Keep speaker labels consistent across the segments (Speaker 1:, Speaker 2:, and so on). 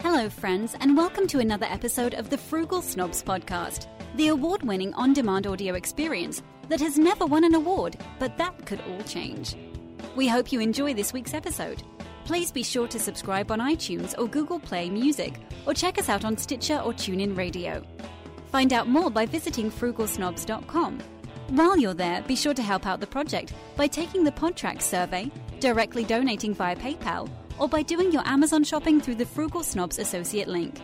Speaker 1: Hello, friends, and welcome to another episode of the Frugal Snobs Podcast, the award winning on demand audio experience that has never won an award, but that could all change. We hope you enjoy this week's episode. Please be sure to subscribe on iTunes or Google Play Music, or check us out on Stitcher or TuneIn Radio. Find out more by visiting frugalsnobs.com. While you're there, be sure to help out the project by taking the Podtrack survey, directly donating via PayPal, or by doing your Amazon shopping through the Frugal Snobs Associate link.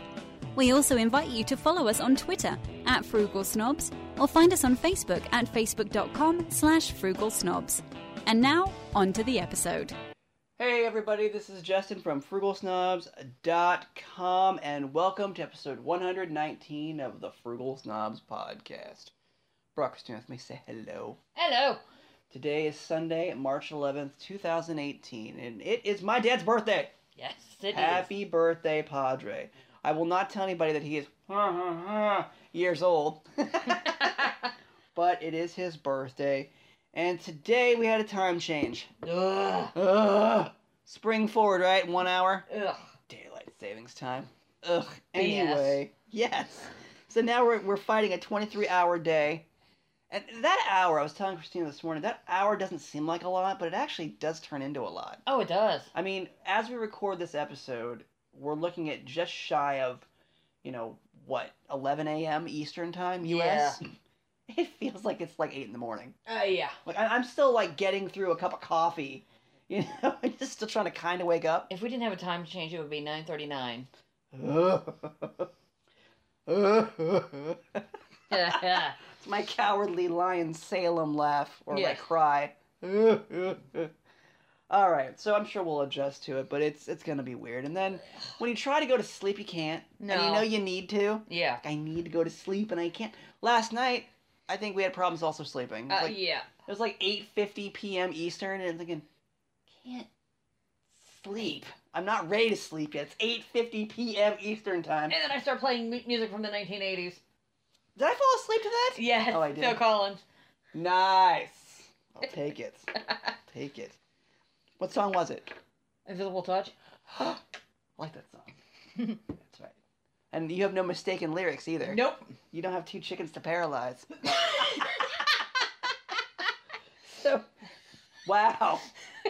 Speaker 1: We also invite you to follow us on Twitter at Frugal Snobs or find us on Facebook at facebook.com slash frugal snobs. And now, on to the episode.
Speaker 2: Hey everybody, this is Justin from frugalsnobs.com and welcome to episode 119 of the Frugal Snobs podcast. Brock Stone with me, say hello.
Speaker 3: Hello.
Speaker 2: Today is Sunday, March 11th, 2018, and it is my dad's birthday.
Speaker 3: Yes, it is.
Speaker 2: Happy birthday, Padre. I will not tell anybody that he is years old, but it is his birthday, and today we had a time change.
Speaker 3: Ugh.
Speaker 2: Ugh. Spring forward, right? One hour.
Speaker 3: Ugh.
Speaker 2: Daylight savings time. Ugh.
Speaker 3: BS.
Speaker 2: Anyway, yes. So now we're, we're fighting a 23 hour day. And that hour, I was telling Christina this morning, that hour doesn't seem like a lot, but it actually does turn into a lot.
Speaker 3: Oh, it does.
Speaker 2: I mean, as we record this episode, we're looking at just shy of, you know, what, 11 a.m. Eastern Time, U.S.? It feels like it's like 8 in the morning.
Speaker 3: Uh, yeah.
Speaker 2: Like I, I'm still like getting through a cup of coffee, you know. I'm just still trying to kind of wake up.
Speaker 3: If we didn't have a time change, it would be 9.39.
Speaker 2: it's
Speaker 3: yeah.
Speaker 2: my cowardly lion Salem laugh or my
Speaker 3: Yes.
Speaker 2: cry. All right, so I'm sure we'll adjust to it, but it's it's gonna be weird. And then when you try to go to sleep, you can't. And you
Speaker 3: No.
Speaker 2: know you need to.
Speaker 3: Yeah.
Speaker 2: Like I need to go to sleep, and I can't. Last night, I think we had problems also sleeping. It was
Speaker 3: Uh,
Speaker 2: like-
Speaker 3: yeah.
Speaker 2: It was like eight fifty p.m. Eastern, and I'm thinking, can't sleep. I'm not ready to sleep yet. It's eight fifty p.m. Eastern time.
Speaker 3: And
Speaker 2: Did
Speaker 3: then I start playing mu- music from the 1980s.
Speaker 2: I fall asleep to that?
Speaker 3: Yes.
Speaker 2: Oh, I did.
Speaker 3: Phil Collins.
Speaker 2: Nice. I'll take it. take it. What song was it?
Speaker 3: Invisible Touch.
Speaker 2: I like that song. That's right. And you have no mistaken lyrics either.
Speaker 3: Nope.
Speaker 2: You don't have two chickens to paralyze. so, wow.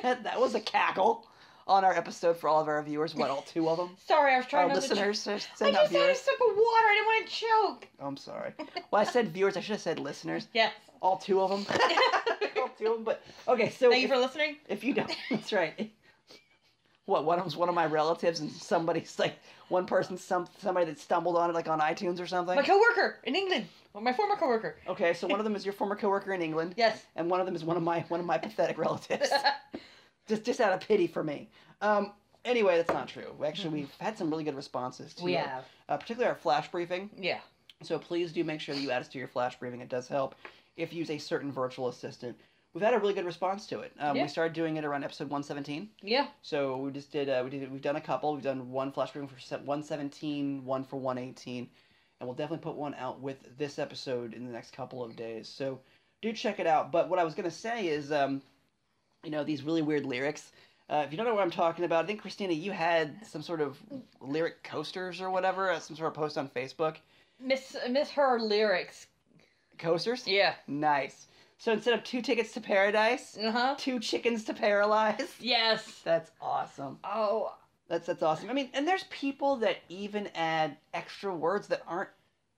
Speaker 2: That, that was a cackle on our episode for all of our viewers. What, all two of them?
Speaker 3: Sorry, I was trying
Speaker 2: Our
Speaker 3: not to... ch-
Speaker 2: Oh, listeners? I
Speaker 3: I
Speaker 2: said not
Speaker 3: just had a
Speaker 2: viewers.
Speaker 3: sip of water. I didn't want to choke.
Speaker 2: Oh, I'm sorry. Well, I said viewers. I should have said listeners.
Speaker 3: Yes.
Speaker 2: All two of them. all two of them. But, okay, so
Speaker 3: Thank you
Speaker 2: if,
Speaker 3: for listening.
Speaker 2: if you don't, that's right. What, one of them's one of my relatives and somebody's like, one person's some, somebody that stumbled on it like on iTunes or something?
Speaker 3: My coworker in England. Well, my former coworker.
Speaker 2: Okay, so one of them is your former coworker in England.
Speaker 3: Yes.
Speaker 2: and one of them is one of my one of my pathetic relatives. just just out of pity for me. Um, anyway, that's not true. Actually, we've had some really good responses to
Speaker 3: Hmm. we
Speaker 2: uh,
Speaker 3: have.
Speaker 2: uh, particularly our flash briefing.
Speaker 3: Yeah.
Speaker 2: So please do make sure that you add us to your flash briefing. It does help if you use a certain virtual assistant. We've had a really good response to it. Um,
Speaker 3: Yeah.
Speaker 2: We started doing it around episode 117.
Speaker 3: Yeah.
Speaker 2: So we just did uh, we did we've done a couple. We've done one flash briefing for se- 117, one for 118, and we'll definitely put one out with this episode in the next couple of days. So do check it out. But what I was gonna say is, um, you know, these really weird lyrics. Uh, if you don't know what I'm talking about, I think Christina, you had some sort of lyric coasters or whatever, uh, some sort of post on Facebook.
Speaker 3: Miss miss her lyrics.
Speaker 2: Coasters?
Speaker 3: Yeah.
Speaker 2: Nice. So instead of two tickets to paradise,
Speaker 3: Uh huh.
Speaker 2: two chickens to paralyze.
Speaker 3: Yes.
Speaker 2: That's awesome.
Speaker 3: Oh,
Speaker 2: That's that's awesome. I mean, and there's people that even add extra words that aren't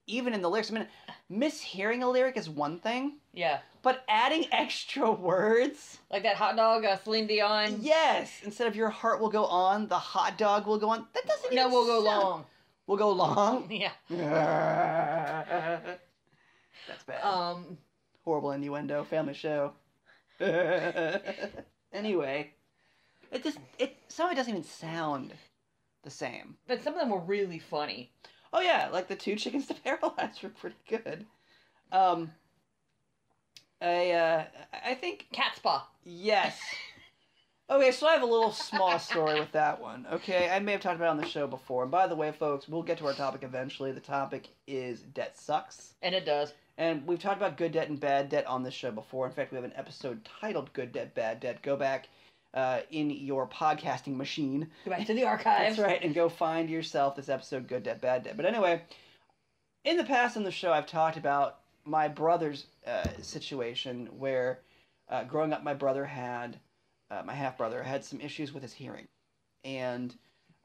Speaker 2: even in the lyrics. I mean, mishearing a lyric is one thing,
Speaker 3: yeah.
Speaker 2: but adding extra words,
Speaker 3: Like that hot dog, uh, Celine Dion.
Speaker 2: yes, instead of your heart will go on, the hot dog will go on. That doesn't.
Speaker 3: No,
Speaker 2: even
Speaker 3: we'll go
Speaker 2: sound-
Speaker 3: long.
Speaker 2: We'll go long.
Speaker 3: Yeah.
Speaker 2: that's bad.
Speaker 3: Um.
Speaker 2: Horrible innuendo. Family show. anyway, it just it some of it doesn't even sound the same.
Speaker 3: But some of them were really funny.
Speaker 2: Oh yeah, like the two chickens to paralyze were pretty good. Um, I uh, I think
Speaker 3: Cat spa.
Speaker 2: yes. Okay, so I have a little small story with that one. Okay, I may have talked about it on the show before. And by the way, folks, we'll get to our topic eventually. The topic is debt sucks,
Speaker 3: And it does.
Speaker 2: and we've talked about good debt and bad debt on this show before. In fact, we have an episode titled "Good Debt, Bad Debt." Go back uh, in your podcasting machine.
Speaker 3: Go back to the archives.
Speaker 2: That's right, and go find yourself this episode, Good Dead, Bad Dead. But anyway, in the past on the show, I've talked about my brother's uh, situation where uh, growing up, my brother had, uh, my half brother, had some issues with his hearing. And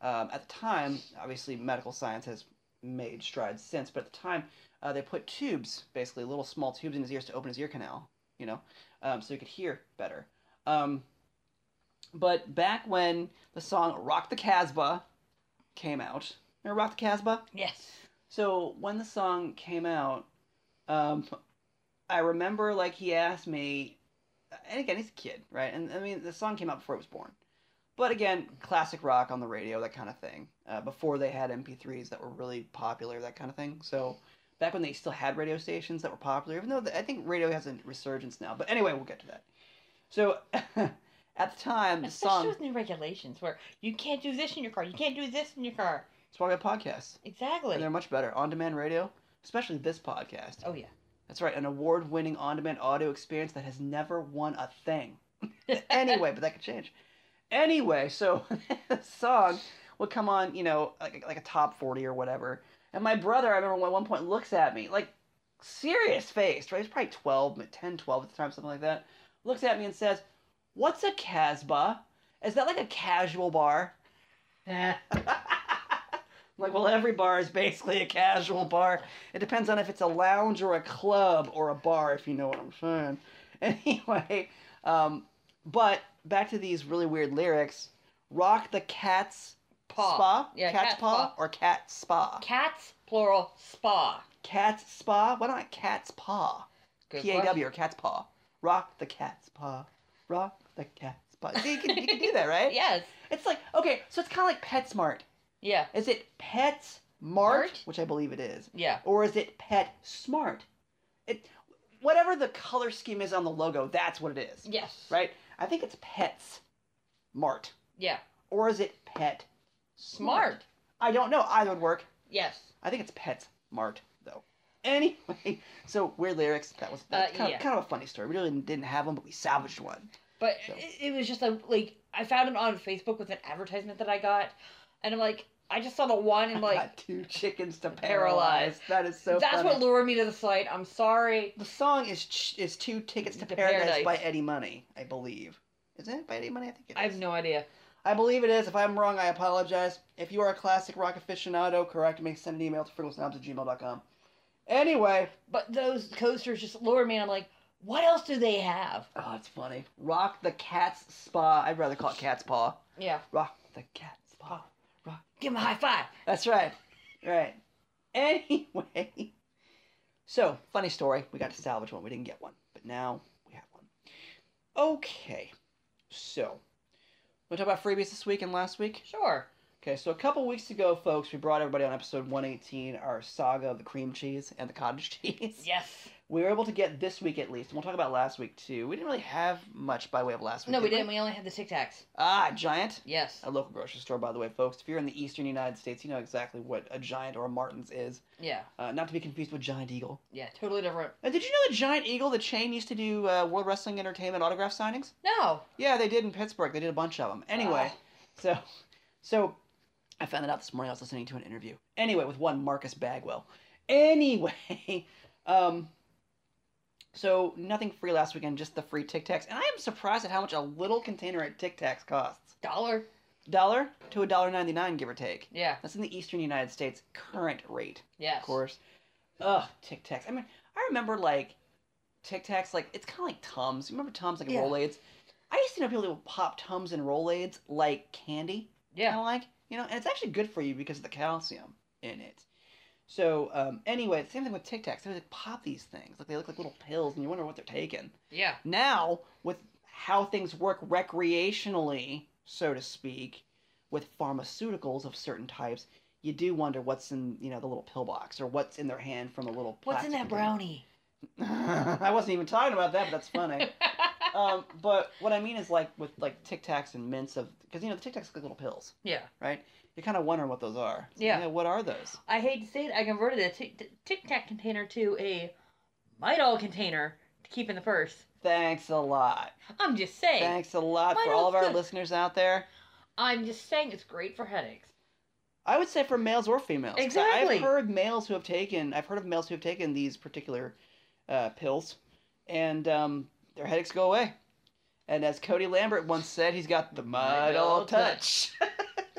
Speaker 2: um, at the time, obviously, medical science has made strides since, but at the time, uh, they put tubes, basically little small tubes in his ears to open his ear canal, you know, um, so he could hear better. Um, but back when the song Rock the Casbah came out, remember Rock the Casbah?
Speaker 3: Yes.
Speaker 2: So when the song came out, um, I remember like he asked me, and again he's a kid, right? And I mean the song came out before I was born, but again classic rock on the radio, that kind of thing. Uh, before they had MP3s that were really popular, that kind of thing. So back when they still had radio stations that were popular, even though the, I think radio has a resurgence now. But anyway, we'll get to that. So at the time, the
Speaker 3: Especially
Speaker 2: song
Speaker 3: with new regulations where you can't do this in your car, you can't do this in your car.
Speaker 2: it's why we have podcasts,
Speaker 3: Exactly.
Speaker 2: and they're much better on-demand radio, especially this podcast.
Speaker 3: Oh yeah.
Speaker 2: That's right, an award winning on demand audio experience that has never won a thing. anyway, but that could change. Anyway, so the song would come on, you know, like, like a top 40 or whatever. And my brother, I remember at one point, looks at me, like serious faced, right? He's probably 12, 10, 12 at the time, something like that. Looks at me and says, What's a Casbah? Is that like a casual bar? I'm like, well, every bar is basically a casual bar. It depends on if it's a lounge or a club or a bar, if you know what I'm saying. Anyway, um, but back to these really weird lyrics. Rock the cat's
Speaker 3: Paw.
Speaker 2: spa?
Speaker 3: Yeah,
Speaker 2: cat's,
Speaker 3: cat's
Speaker 2: paw,
Speaker 3: paw.
Speaker 2: or cat spa?
Speaker 3: Cats plural spa.
Speaker 2: Cat's spa? Why not cat's paw?
Speaker 3: Good question.
Speaker 2: P-A-W or cat's paw. Rock the cat's paw. Rock the cat's paw. See, you can, you can do that, right?
Speaker 3: Yes.
Speaker 2: It's like, okay, so it's kind of like PetSmart.
Speaker 3: Yeah.
Speaker 2: Is it Pet
Speaker 3: Mart?
Speaker 2: Mart, which I believe it is,
Speaker 3: Yeah.
Speaker 2: or is it Pet Smart? It, whatever the color scheme is on the logo, that's what it is,
Speaker 3: Yes.
Speaker 2: right? I think it's Pets Mart,
Speaker 3: Yeah.
Speaker 2: or is it Pet
Speaker 3: Smart.
Speaker 2: I don't know. Either would work.
Speaker 3: Yes.
Speaker 2: I think it's Pet Mart though. Anyway, so weird lyrics. That was
Speaker 3: Uh,
Speaker 2: that's kind,
Speaker 3: yeah.
Speaker 2: of, kind of a funny story. We really didn't have one, but we salvaged one.
Speaker 3: But
Speaker 2: So-
Speaker 3: it, it was just a like I found it on Facebook with an advertisement that I got, and I'm like, I just saw the one and
Speaker 2: I
Speaker 3: like
Speaker 2: got two chickens to paralyze.
Speaker 3: Paralyze.
Speaker 2: That is so.
Speaker 3: that's
Speaker 2: funny.
Speaker 3: what lured me to the site. I'm sorry.
Speaker 2: The song is ch- is two tickets to
Speaker 3: To
Speaker 2: paradise,
Speaker 3: Paradise.
Speaker 2: by Eddie Money, I believe. Is it by Eddie Money? I think it is.
Speaker 3: I have no idea.
Speaker 2: I believe it is. If I'm wrong, I apologize. If you are a classic rock aficionado, correct me. Send an email to frigglesnobs at gmail.com. Anyway,
Speaker 3: But those coasters just lured me. And I'm like, what else do they have?
Speaker 2: oh, it's funny. Rock the cat's spa. I'd rather call it cat's paw.
Speaker 3: Yeah.
Speaker 2: Rock the cat's paw.
Speaker 3: Give him a high five.
Speaker 2: That's right. Right. Anyway. So, funny story. We got to salvage one. We didn't get one. But now we have one. Okay. So, we talk about freebies this week and last week?
Speaker 3: Sure.
Speaker 2: Okay, so a couple weeks ago, folks, we brought everybody on episode 118, our saga of the cream cheese and the cottage cheese.
Speaker 3: Yes.
Speaker 2: We were able to get this week at least, and we'll talk about last week too. We didn't really have much by way of last week.
Speaker 3: No, we
Speaker 2: did
Speaker 3: didn't. We Oh. only had the Tic Tacs.
Speaker 2: Ah, Giant.
Speaker 3: Yes.
Speaker 2: A local grocery store, by the way, folks. If you're in the eastern United States, you know exactly what a Giant or a Martin's is.
Speaker 3: Yeah.
Speaker 2: Uh, not to be confused with Giant Eagle.
Speaker 3: Yeah. Totally different.
Speaker 2: Uh, did you know that Giant Eagle, the chain, used to do uh, World Wrestling Entertainment autograph signings?
Speaker 3: No.
Speaker 2: Yeah, they did in Pittsburgh. They did a bunch of them. Anyway,
Speaker 3: Ah.
Speaker 2: so so I found that out this morning. I was listening to an interview. Anyway, with one Marcus Bagwell. Anyway, um, so nothing free last weekend, just the free Tic Tacs, and I am surprised at how much a little container at Tic Tacs costs.
Speaker 3: Dollar.
Speaker 2: Dollar to a dollar ninety nine, give or take.
Speaker 3: Yeah.
Speaker 2: That's in the Eastern United States current rate
Speaker 3: Yes.
Speaker 2: of course. Ugh, Tic Tacs. I mean, I remember like Tic Tacs. Like it's kind of like Tums. You remember Tums like
Speaker 3: Yeah.
Speaker 2: Rolaids? I used to know people that would pop Tums and Rolaids like candy. Kind
Speaker 3: Yeah.
Speaker 2: of like you know, and it's actually good for you because of the calcium in it. So um, anyway, same thing with Tic Tacs. They would like, pop these things. Like they look like little pills, and you wonder what they're taking.
Speaker 3: Yeah.
Speaker 2: Now with how things work recreationally, so to speak, with pharmaceuticals of certain types, you do wonder what's in you know the little pill box or what's in their hand from a little.
Speaker 3: What's in that
Speaker 2: plastic
Speaker 3: brownie?
Speaker 2: container. I wasn't even talking about that, but that's funny. um, but what I mean is like with like Tic Tacs and mints of because you know the Tic Tacs look like little pills,
Speaker 3: yeah.
Speaker 2: right? You're kind of wondering what those are. It's like,
Speaker 3: Yeah.
Speaker 2: what are those?
Speaker 3: I hate to say it, I converted a Tic Tic Tac container to a Midol container to keep in the purse.
Speaker 2: Thanks a lot.
Speaker 3: I'm just saying.
Speaker 2: Thanks a lot
Speaker 3: Mine
Speaker 2: for all of
Speaker 3: looks
Speaker 2: our
Speaker 3: good.
Speaker 2: listeners out there.
Speaker 3: I'm just saying it's great for headaches.
Speaker 2: I would say for males or females. 'cause
Speaker 3: Exactly.
Speaker 2: I've heard males who have taken. I've heard of males who have taken these particular uh, pills, and um, their headaches go away. And as Cody Lambert once said, he's got the mud all
Speaker 3: old
Speaker 2: touch.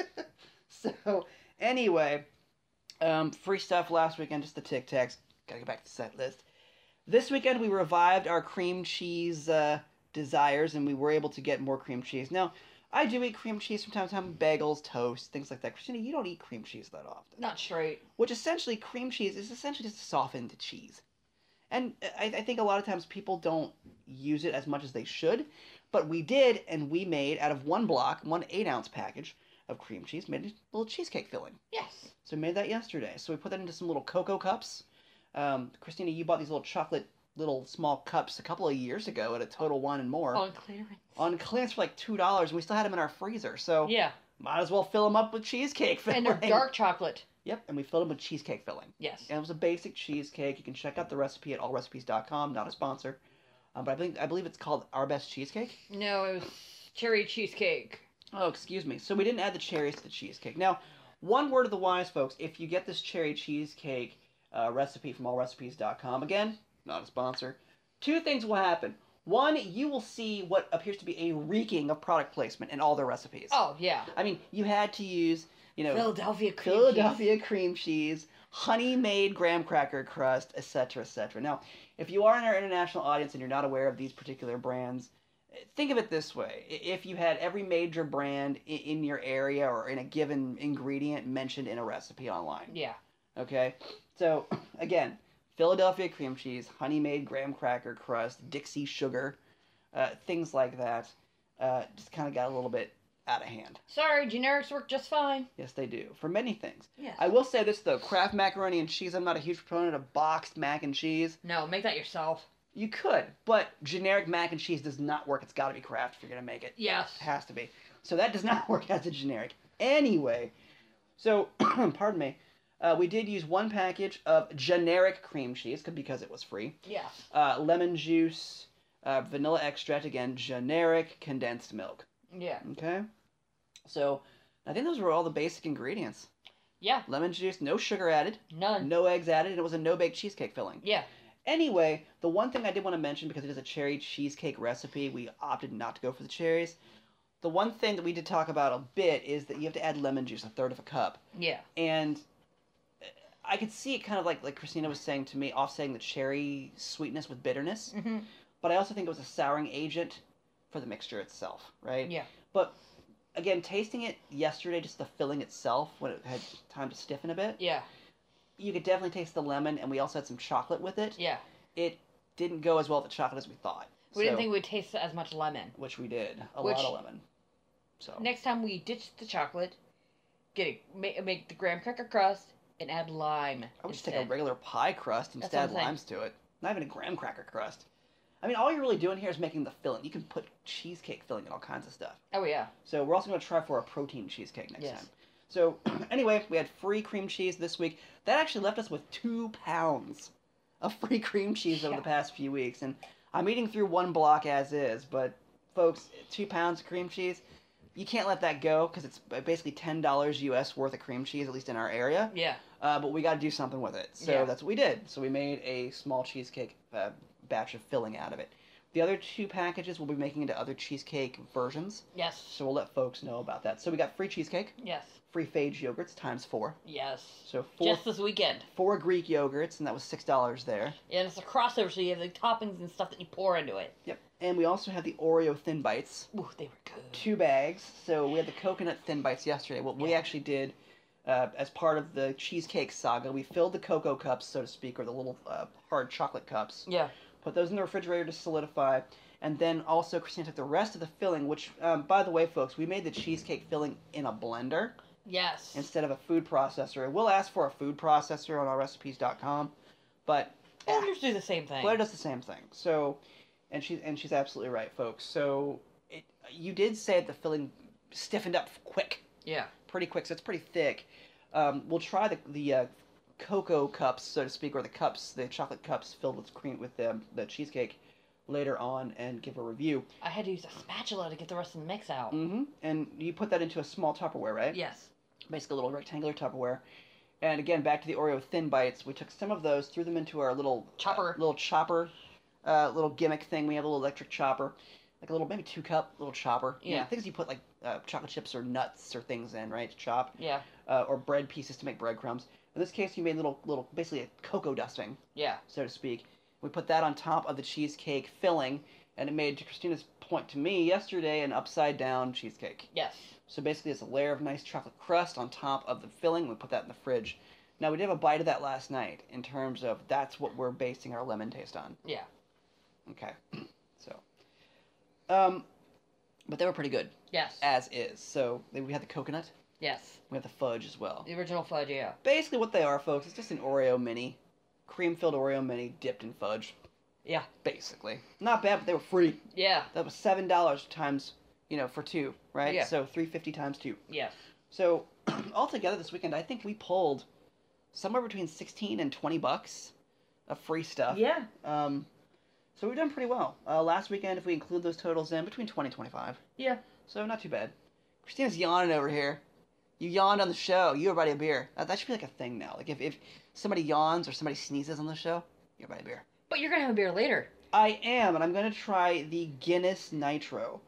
Speaker 2: so anyway, um, free stuff last weekend. Just the Tic Tacs. Gotta go back to the set list. This weekend we revived our cream cheese uh, desires, and we were able to get more cream cheese. Now, I do eat cream cheese from time to time, bagels, toast, things like that. Christina, you don't eat cream cheese that often.
Speaker 3: Not straight.
Speaker 2: Which essentially, cream cheese is essentially just softened cheese. And I, I think a lot of times people don't use it as much as they should, but we did, and we made out of one block, one eight ounce package of cream cheese, made a little cheesecake filling.
Speaker 3: Yes.
Speaker 2: So we made that yesterday. So we put that into some little cocoa cups. Um, Christina, you bought these little chocolate little small cups a couple of years ago at a Total One and more
Speaker 3: On clearance.
Speaker 2: on clearance for like two dollars, and we still had them in our freezer. So
Speaker 3: Yeah.
Speaker 2: might as well fill them up with cheesecake filling.
Speaker 3: And they're dark chocolate.
Speaker 2: Yep, and we filled them with cheesecake filling.
Speaker 3: Yes.
Speaker 2: And it was a basic cheesecake. You can check out the recipe at allrecipes.com. Not a sponsor, um, but I think I believe it's called Our Best Cheesecake.
Speaker 3: No, it was cherry cheesecake.
Speaker 2: Oh, excuse me. So we didn't add the cherries to the cheesecake. Now, one word of the wise, folks. If you get this cherry cheesecake uh, recipe from allrecipes.com, again, not a sponsor, two things will happen. One, you will see what appears to be a reeking of product placement in all their recipes.
Speaker 3: Oh yeah.
Speaker 2: I mean, you had to use, you know,
Speaker 3: Philadelphia cream
Speaker 2: Philadelphia cream cheese, honey made graham cracker crust, etc., etc. Now, if you are in our international audience and you're not aware of these particular brands, think of it this way: I- if you had every major brand i- in your area or in a given ingredient mentioned in a recipe online,
Speaker 3: Yeah.
Speaker 2: Okay, so again, Philadelphia cream cheese, honey made graham cracker crust, Dixie sugar, uh, things like that, uh, just kind of got a little bit out of hand.
Speaker 3: Sorry, generics work just fine.
Speaker 2: Yes, they do for many things.
Speaker 3: Yes.
Speaker 2: I will say this though, Kraft macaroni and cheese. I'm not a huge proponent of boxed mac and cheese.
Speaker 3: No, make that yourself.
Speaker 2: You could, but generic mac and cheese does not work. It's got to be Kraft if you're gonna make it.
Speaker 3: Yes.
Speaker 2: It has to be. So that does not work as a generic. Anyway, so pardon me. Uh, we did use one package of generic cream cheese c- because it was free.
Speaker 3: Yes.
Speaker 2: Uh, lemon juice, uh, vanilla extract again, generic condensed milk.
Speaker 3: Yeah.
Speaker 2: Okay. So I think those were all the basic ingredients.
Speaker 3: Yeah.
Speaker 2: Lemon juice, no sugar added,
Speaker 3: None.
Speaker 2: no eggs added, and it was a no bake cheesecake filling.
Speaker 3: Yeah.
Speaker 2: Anyway, the one thing I did want to mention because it is a cherry cheesecake recipe, we opted not to go for the cherries. The one thing that we did talk about a bit is that you have to add lemon juice, a third of a cup.
Speaker 3: Yeah.
Speaker 2: And uh, I could see it kind of like like Christina was saying to me, offsetting the cherry sweetness with bitterness.
Speaker 3: hmm
Speaker 2: But I also think it was a souring agent for the mixture itself, right?
Speaker 3: Yeah.
Speaker 2: But again, tasting it yesterday, just the filling itself, when it had time to stiffen a bit,
Speaker 3: Yeah.
Speaker 2: you could definitely taste the lemon, and we also had some chocolate with it.
Speaker 3: Yeah.
Speaker 2: It didn't go as well with the chocolate as we thought.
Speaker 3: We didn't
Speaker 2: So-
Speaker 3: think we'd taste as much lemon.
Speaker 2: which we did a
Speaker 3: Which-
Speaker 2: lot of lemon. So
Speaker 3: Next time we ditch the chocolate, get it, make, make the graham cracker crust and add lime.
Speaker 2: I would just take a
Speaker 3: instead.
Speaker 2: regular pie crust and
Speaker 3: That's
Speaker 2: just
Speaker 3: what
Speaker 2: add
Speaker 3: I'm saying.
Speaker 2: limes to it. Not even a graham cracker crust. I mean, all you're really doing here is making the filling. You can put cheesecake filling and all kinds of stuff.
Speaker 3: Oh yeah.
Speaker 2: So we're also going to try for a protein cheesecake next
Speaker 3: Yes.
Speaker 2: time. So anyway, we had free cream cheese this week. That actually left us with two pounds of free cream cheese over
Speaker 3: Yeah.
Speaker 2: the past few weeks, and I'm eating through one block as is. But folks, two pounds of cream cheese, you can't let that go because it's basically ten dollars U.S. worth of cream cheese, at least in our area.
Speaker 3: Yeah.
Speaker 2: Uh, but we got to do something with it. So
Speaker 3: Yeah.
Speaker 2: that's what we did. So we made a small cheesecake uh, batch of filling out of it. The other two packages we'll be making into other cheesecake versions.
Speaker 3: Yes.
Speaker 2: So we'll let folks know about that. So we got free cheesecake,
Speaker 3: Yes.
Speaker 2: free phage yogurts times four.
Speaker 3: Yes.
Speaker 2: So four
Speaker 3: Just this weekend.
Speaker 2: four Greek yogurts, and that was six dollars there.
Speaker 3: And it's a crossover, so you have the toppings and stuff that you pour into it.
Speaker 2: Yep. And we also had the Oreo thin bites,
Speaker 3: Ooh, they were good.
Speaker 2: two bags. So we had the coconut thin bites yesterday. What we
Speaker 3: Yeah.
Speaker 2: actually did. Uh, as part of the cheesecake saga, we filled the cocoa cups, so to speak, or the little uh, hard chocolate cups.
Speaker 3: Yeah.
Speaker 2: Put those in the refrigerator to solidify, and then also Christina took the rest of the filling. Which, um, by the way, folks, we made the cheesecake filling in a blender.
Speaker 3: Yes.
Speaker 2: instead of a food processor. We'll ask for a food processor on ourrecipes.com, but
Speaker 3: Blenders do the same thing.
Speaker 2: Blair does the same thing. So, and she's and she's absolutely right, folks. So, it, you did say the filling stiffened up quick,
Speaker 3: Yeah.
Speaker 2: pretty quick. So it's pretty thick. Um, we'll try the the uh, cocoa cups, so to speak, or the cups, the chocolate cups filled with cream with the the cheesecake later on and give a review.
Speaker 3: I had to use a spatula to get the rest of the mix out.
Speaker 2: hmm And you put that into a small Tupperware, right?
Speaker 3: Yes.
Speaker 2: Basically, a little rectangular Tupperware. And again, back to the Oreo thin bites. We took some of those, threw them into our little uh,
Speaker 3: Chopper.
Speaker 2: little chopper, uh, little gimmick thing. We have a little electric chopper, like a little maybe two cup little chopper. You know,
Speaker 3: Yeah.
Speaker 2: things you put like uh, chocolate chips or nuts or things in, right? To chop
Speaker 3: Yeah.
Speaker 2: uh, or bread pieces to make breadcrumbs. In this case, you made little little basically a cocoa dusting,
Speaker 3: Yeah.
Speaker 2: so to speak. We put that on top of the cheesecake filling, and it made to Christina's point to me yesterday an upside down cheesecake.
Speaker 3: Yes.
Speaker 2: So basically, it's a layer of nice chocolate crust on top of the filling. We put that in the fridge. Now, we did have a bite of that last night in terms of that's what we're basing our lemon taste on.
Speaker 3: Yeah.
Speaker 2: Okay. So, um, but they were pretty good
Speaker 3: Yes.
Speaker 2: as is. So they- we had the coconut,
Speaker 3: yes.
Speaker 2: we had the fudge as well.
Speaker 3: The original fudge. Yeah.
Speaker 2: Basically, what they are, folks, it's just an Oreo mini, cream filled Oreo mini dipped in fudge.
Speaker 3: Yeah.
Speaker 2: Basically, not bad, but they were free.
Speaker 3: Yeah.
Speaker 2: That was seven dollars times, you know, for two, right?
Speaker 3: Yeah.
Speaker 2: So three fifty times two.
Speaker 3: Yes.
Speaker 2: So altogether this weekend, I think we pulled somewhere between sixteen and twenty bucks of free stuff.
Speaker 3: Yeah.
Speaker 2: Um, so we've done pretty well. Uh, last weekend, if we include those totals in, between twenty and twenty-five.
Speaker 3: Yeah.
Speaker 2: So not too bad. Christina's yawning over here. You yawned on the show. You everybody a beer. That, that should be like a thing now. Like if, if somebody yawns or somebody sneezes on the show, you everybody a beer.
Speaker 3: But you're gonna have a beer later.
Speaker 2: I am, and I'm gonna try the Guinness Nitro.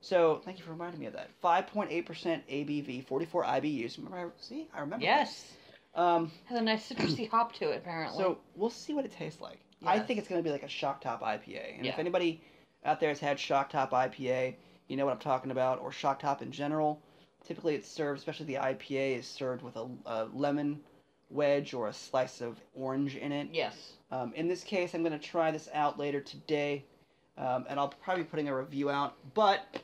Speaker 2: So thank you for reminding me of that. 5.8% ABV, 44 IBUs. Remember? I, see, I remember. that.
Speaker 3: Yes.
Speaker 2: Um.
Speaker 3: Has a nice citrusy hop to it apparently.
Speaker 2: So we'll see what it tastes like. I
Speaker 3: Yes.
Speaker 2: think it's gonna be like a Shock Top IPA. And if
Speaker 3: Yeah.
Speaker 2: anybody out there has had Shock Top IPA, you know what I'm talking about, or Shock Top in general. Typically, it's served, especially the IPA, is served with a, a lemon wedge or a slice of orange in it.
Speaker 3: yes.
Speaker 2: Um, in this case, I'm going to try this out later today, um, and I'll probably be putting a review out. But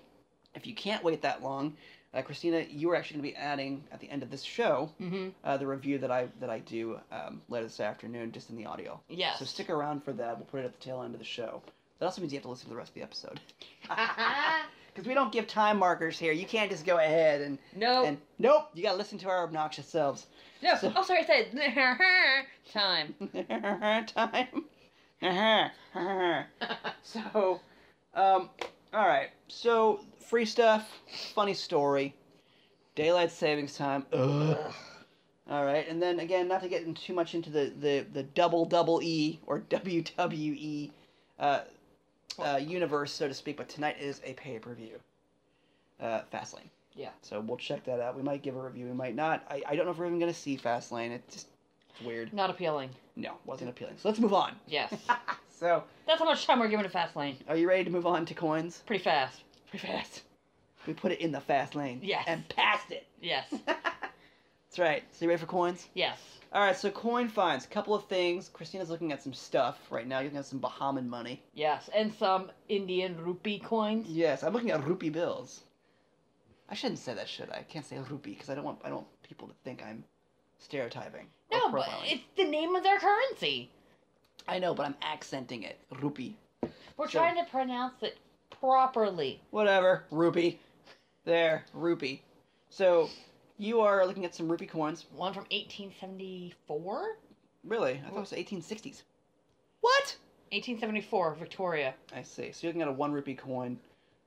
Speaker 2: if you can't wait that long, uh, Christina, you are actually going to be adding at the end of this show
Speaker 3: Mm-hmm.
Speaker 2: uh, the review that I that I do um, later this afternoon, just in the audio.
Speaker 3: Yes.
Speaker 2: So stick around for that. We'll put it at the tail end of the show. That also means you have to listen to the rest of the episode because we don't give time markers here. You can't just go ahead and
Speaker 3: no.
Speaker 2: and nope, you got to listen to our obnoxious selves.
Speaker 3: no.
Speaker 2: so-
Speaker 3: oh, sorry. I said time.
Speaker 2: time. so, um, all right. So free stuff, funny story, daylight savings time. Ugh. All right, and then again, not to get in too much into the the the double double E or WWE uh, uh, universe, so to speak. But tonight is a pay per view. Uh, Fastlane.
Speaker 3: Yeah.
Speaker 2: So we'll check that out. We might give a review. We might not. I, I don't know if we're even gonna see Fastlane. It's just it's weird.
Speaker 3: Not appealing.
Speaker 2: No, wasn't appealing. So let's move on.
Speaker 3: Yes.
Speaker 2: So,
Speaker 3: That's how much time we're giving to fast lane.
Speaker 2: are you ready to move on to coins?
Speaker 3: Pretty fast.
Speaker 2: Pretty fast. We put it in the fast lane.
Speaker 3: Yes.
Speaker 2: And passed it.
Speaker 3: Yes.
Speaker 2: That's right. So you ready for coins?
Speaker 3: yes.
Speaker 2: All right. So coin finds. Couple of things. Christina's looking at some stuff right now. You're looking at some Bahamian money.
Speaker 3: Yes. And some Indian rupee coins.
Speaker 2: Yes, I'm looking at rupee bills. I shouldn't say that, should I? I can't say rupee because I don't want I don't want people to think I'm stereotyping. or
Speaker 3: No, but
Speaker 2: profiling.
Speaker 3: it's the name of their currency.
Speaker 2: I know, but I'm accenting it. Rupee.
Speaker 3: We're
Speaker 2: Sure.
Speaker 3: trying to pronounce it properly.
Speaker 2: Whatever. Rupee. There. Rupee. So you are looking at some rupee coins.
Speaker 3: One from 1874?
Speaker 2: Really? I thought it was the 1860s. What?
Speaker 3: 1874, Victoria.
Speaker 2: I see. So you're looking at a one rupee coin.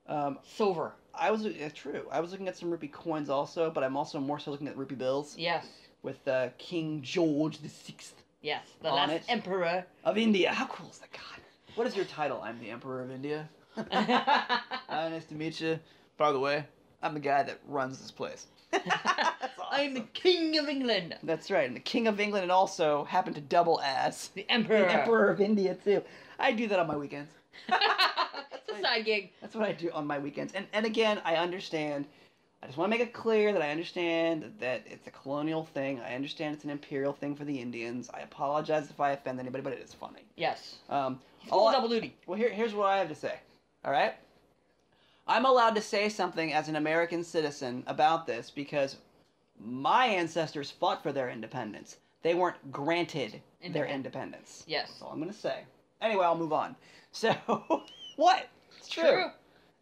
Speaker 2: Um,
Speaker 3: Silver.
Speaker 2: I was uh, true. I was looking at some rupee coins also, but I'm also more so looking at rupee bills
Speaker 3: Yes.
Speaker 2: with uh, King George the Sixth
Speaker 3: Yes. The
Speaker 2: On
Speaker 3: last
Speaker 2: it.
Speaker 3: emperor.
Speaker 2: of India. How cool is that? God. What is your title? I'm the Emperor of India. Hi, nice to meet you. By the way, I'm the guy that runs this place. That's
Speaker 3: I'm the
Speaker 2: awesome.
Speaker 3: king of England.
Speaker 2: That's right, and the King of England, and also happened to double as
Speaker 3: The
Speaker 2: the
Speaker 3: emperor.
Speaker 2: Emperor of India too. I do that on my weekends.
Speaker 3: it's
Speaker 2: Like-
Speaker 3: a side gig.
Speaker 2: That's what I do on my weekends. And and again, I understand. I just want to make it clear that I understand that it's a colonial thing. I understand it's an imperial thing for the Indians. I apologize if I offend anybody, but it is funny.
Speaker 3: Yes.
Speaker 2: Um,
Speaker 3: He's
Speaker 2: all
Speaker 3: full
Speaker 2: I-
Speaker 3: double duty.
Speaker 2: well, here, here's what I have to say. All right? I'm allowed to say something as an American citizen about this because my ancestors fought for their independence. They weren't granted their
Speaker 3: Independ-
Speaker 2: independence.
Speaker 3: Yes.
Speaker 2: That's all I'm going to say. Anyway, I'll move on. So, what? It's true.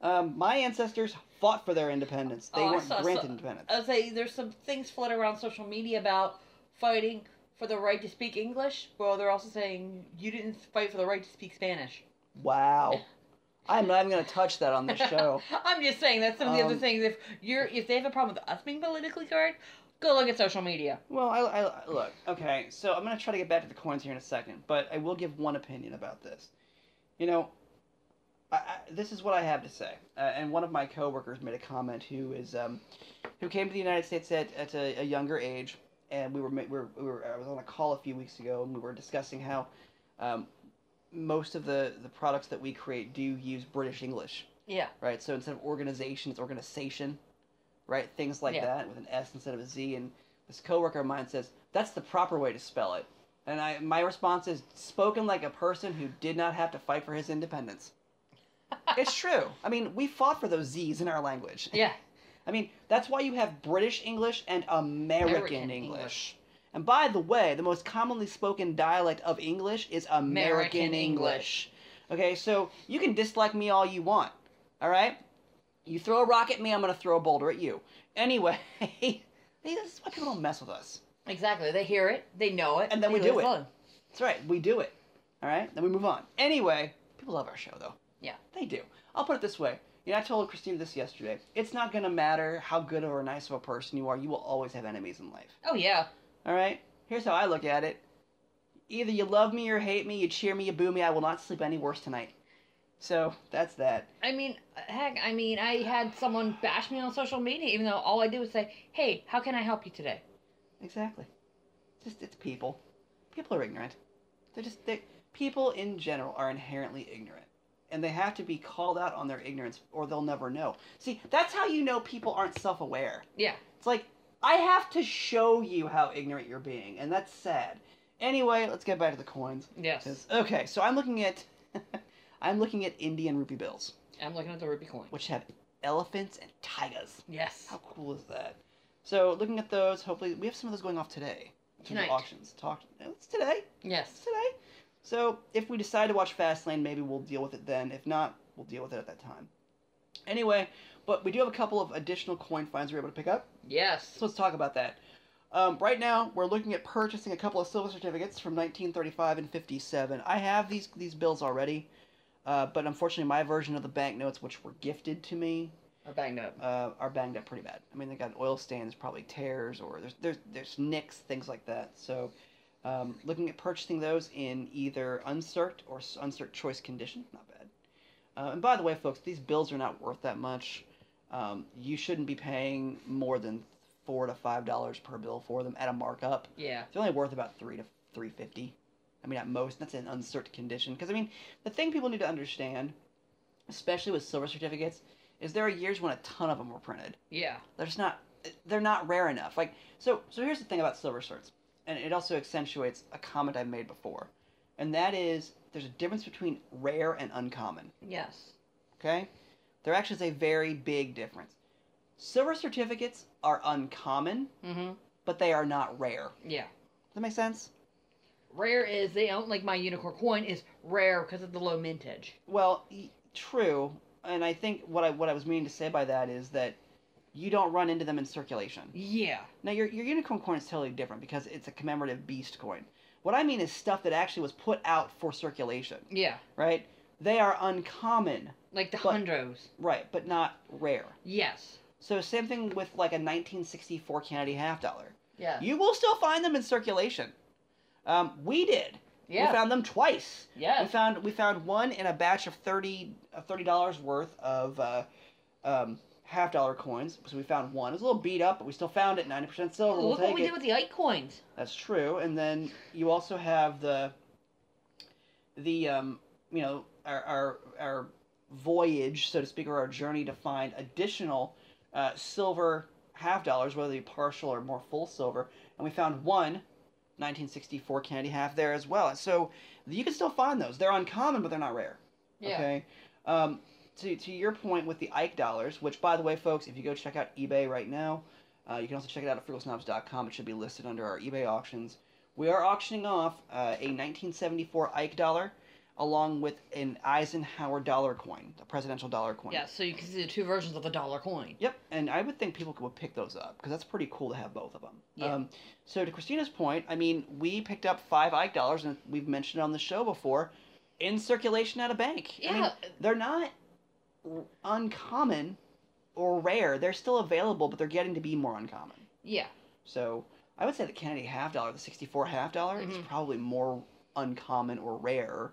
Speaker 2: Um, my ancestors fought for their independence. They
Speaker 3: Oh, I
Speaker 2: weren't
Speaker 3: saw-
Speaker 2: granted
Speaker 3: saw-
Speaker 2: independence.
Speaker 3: I would say there's some things floating around social media about fighting for the right to speak English. Well, they're also saying you didn't fight for the right to speak Spanish.
Speaker 2: wow. I'm not even going to touch that on this show.
Speaker 3: I'm just saying that's some of the other
Speaker 2: Um,
Speaker 3: things. If you're if they have a problem with us being politically correct, go look at social media.
Speaker 2: Well, I, I look okay. So I'm gonna try to get back to the coins here in a second, but I will give one opinion about this. You know, I, I, this is what I have to say. Uh, and one of my coworkers made a comment who is um, who came to the United States at, at a, a younger age, and we were, ma- we were we were I was on a call a few weeks ago, and we were discussing how um, most of the the products that we create do use British English,
Speaker 3: Yeah.
Speaker 2: right? So instead of organization, it's organization, right? Things like
Speaker 3: Yeah.
Speaker 2: that with an S instead of a Z. And this coworker of mine says that's the proper way to spell it. And I, my response is spoken like a person who did not have to fight for his independence. it's true. I mean, we fought for those Z's in our language.
Speaker 3: Yeah.
Speaker 2: I mean, that's why you have British English and American,
Speaker 3: American
Speaker 2: English.
Speaker 3: English.
Speaker 2: And by the way, the most commonly spoken dialect of English is American,
Speaker 3: American
Speaker 2: English. Okay, so you can dislike me all you want. All right? You throw a rock at me, I'm going to throw a boulder at you. Anyway, this is why people don't mess with us.
Speaker 3: Exactly. They hear it. They know it.
Speaker 2: And then we
Speaker 3: they
Speaker 2: do
Speaker 3: leave
Speaker 2: it.
Speaker 3: alone.
Speaker 2: That's right. We do it. All right. Then we move on. Anyway, people love our show though.
Speaker 3: Yeah.
Speaker 2: They do. I'll put it this way. You know, I told Christina this yesterday. It's not gonna matter how good or nice of a person you are. You will always have enemies in life.
Speaker 3: Oh yeah.
Speaker 2: All right. Here's how I look at it. Either you love me or hate me. You cheer me. You boo me. I will not sleep any worse tonight. So that's that.
Speaker 3: I mean, heck, I mean, I had someone bash me on social media, even though all I did was say, "Hey, how can I help you today?"
Speaker 2: Exactly. It's Just it's people. People are ignorant. They're just they people in general are inherently ignorant. And they have to be called out on their ignorance or they'll never know. See, that's how you know people aren't self aware.
Speaker 3: Yeah.
Speaker 2: It's like I have to show you how ignorant you're being, and that's sad. Anyway, let's get back to the coins.
Speaker 3: Yes.
Speaker 2: 'Cause- Okay, so I'm looking at I'm looking at Indian rupee bills,
Speaker 3: I'm looking at the rupee coin.
Speaker 2: which have elephants and tigers.
Speaker 3: Yes.
Speaker 2: How cool is that? So looking at those, hopefully we have some of those going off today. in terms of
Speaker 3: Tonight.
Speaker 2: auctions. Talk. no, It's today. It's
Speaker 3: Yes.
Speaker 2: today. So if we decide to watch Fastlane, maybe we'll deal with it then. If not, we'll deal with it at that time. Anyway, but we do have a couple of additional coin finds we were able to pick up.
Speaker 3: Yes.
Speaker 2: So let's talk about that. Um, right now, we're looking at purchasing a couple of silver certificates from 1935 and 57. I have these these bills already, uh, but unfortunately, my version of the banknotes, which were gifted to me,
Speaker 3: Or banged up.
Speaker 2: uh, are banged up pretty bad. I mean, they got oil stains, probably tears, or there's there's there's nicks, things like that. So, um, looking at purchasing those in either uncert or s- uncert choice condition, not bad. Uh, and by the way, folks, these bills are not worth that much. Um, you shouldn't be paying more than four to five dollars per bill for them at a markup.
Speaker 3: Yeah.
Speaker 2: They're only worth about three to three fifty. I mean, at most, that's an uncertain condition. Because I mean, the thing people need to understand, especially with silver certificates, is there are years when a ton of them were printed.
Speaker 3: Yeah.
Speaker 2: They're just not. They're not rare enough. Like so. So here's the thing about silver certs, and it also accentuates a comment I made before, and that is there's a difference between rare and uncommon.
Speaker 3: Yes.
Speaker 2: Okay? There actually is a very big difference. Silver certificates are uncommon,
Speaker 3: Mm-hmm.
Speaker 2: but they are not rare.
Speaker 3: Yeah.
Speaker 2: Does that make sense?
Speaker 3: Rare is they don't like my unicorn coin is rare because of the low mintage.
Speaker 2: Well, y- true, and I think what I what I was meaning to say by that is that you don't run into them in circulation.
Speaker 3: Yeah.
Speaker 2: Now your your unicorn coin is totally different because it's a commemorative beast coin. What I mean is stuff that actually was put out for circulation,
Speaker 3: Yeah.
Speaker 2: right? They are uncommon,
Speaker 3: Like the
Speaker 2: But-
Speaker 3: hundreds.
Speaker 2: right, but not rare.
Speaker 3: Yes.
Speaker 2: So same thing with like a 1964 Kennedy half dollar.
Speaker 3: Yeah.
Speaker 2: You will still find them in circulation. Um, we did.
Speaker 3: yeah.
Speaker 2: We found them twice. We
Speaker 3: yes.
Speaker 2: found we found one in a batch of thirty uh, thirty dollars worth of uh, um, half dollar coins. So we found one. It was a little beat up, but we still found it. Ninety percent silver. We'll
Speaker 3: Look what
Speaker 2: take
Speaker 3: we
Speaker 2: it.
Speaker 3: did with the Ike coins.
Speaker 2: That's true. And then you also have the the um, you know our, our our voyage, so to speak, or our journey to find additional uh, silver half dollars, whether they be partial or more full silver. And we found one 1964 Kennedy half there as well. So you can still find those. They're uncommon, but they're not rare.
Speaker 3: Yeah.
Speaker 2: Okay. Um, to, to your point with the Ike dollars, which by the way, folks, if you go check out eBay right now, uh, you can also check it out at frugalsnobs.com. It should be listed under our eBay auctions. We are auctioning off uh, a 1974 Ike dollar along with an Eisenhower dollar coin, the presidential dollar coin.
Speaker 3: Yeah. So you can see the two versions of a dollar coin.
Speaker 2: Yep, and I would think people would pick those up because that's pretty cool to have both of them.
Speaker 3: Yeah.
Speaker 2: Um, so to Christina's point, I mean, we picked up five Ike dollars, and we've mentioned it on the show before. in circulation at a bank. I mean,
Speaker 3: Yeah.
Speaker 2: they're not r- uncommon or rare. They're still available, but they're getting to be more uncommon.
Speaker 3: Yeah.
Speaker 2: So I would say the Kennedy half dollar, the 64 half dollar, is
Speaker 3: Mhm.
Speaker 2: probably more uncommon or rare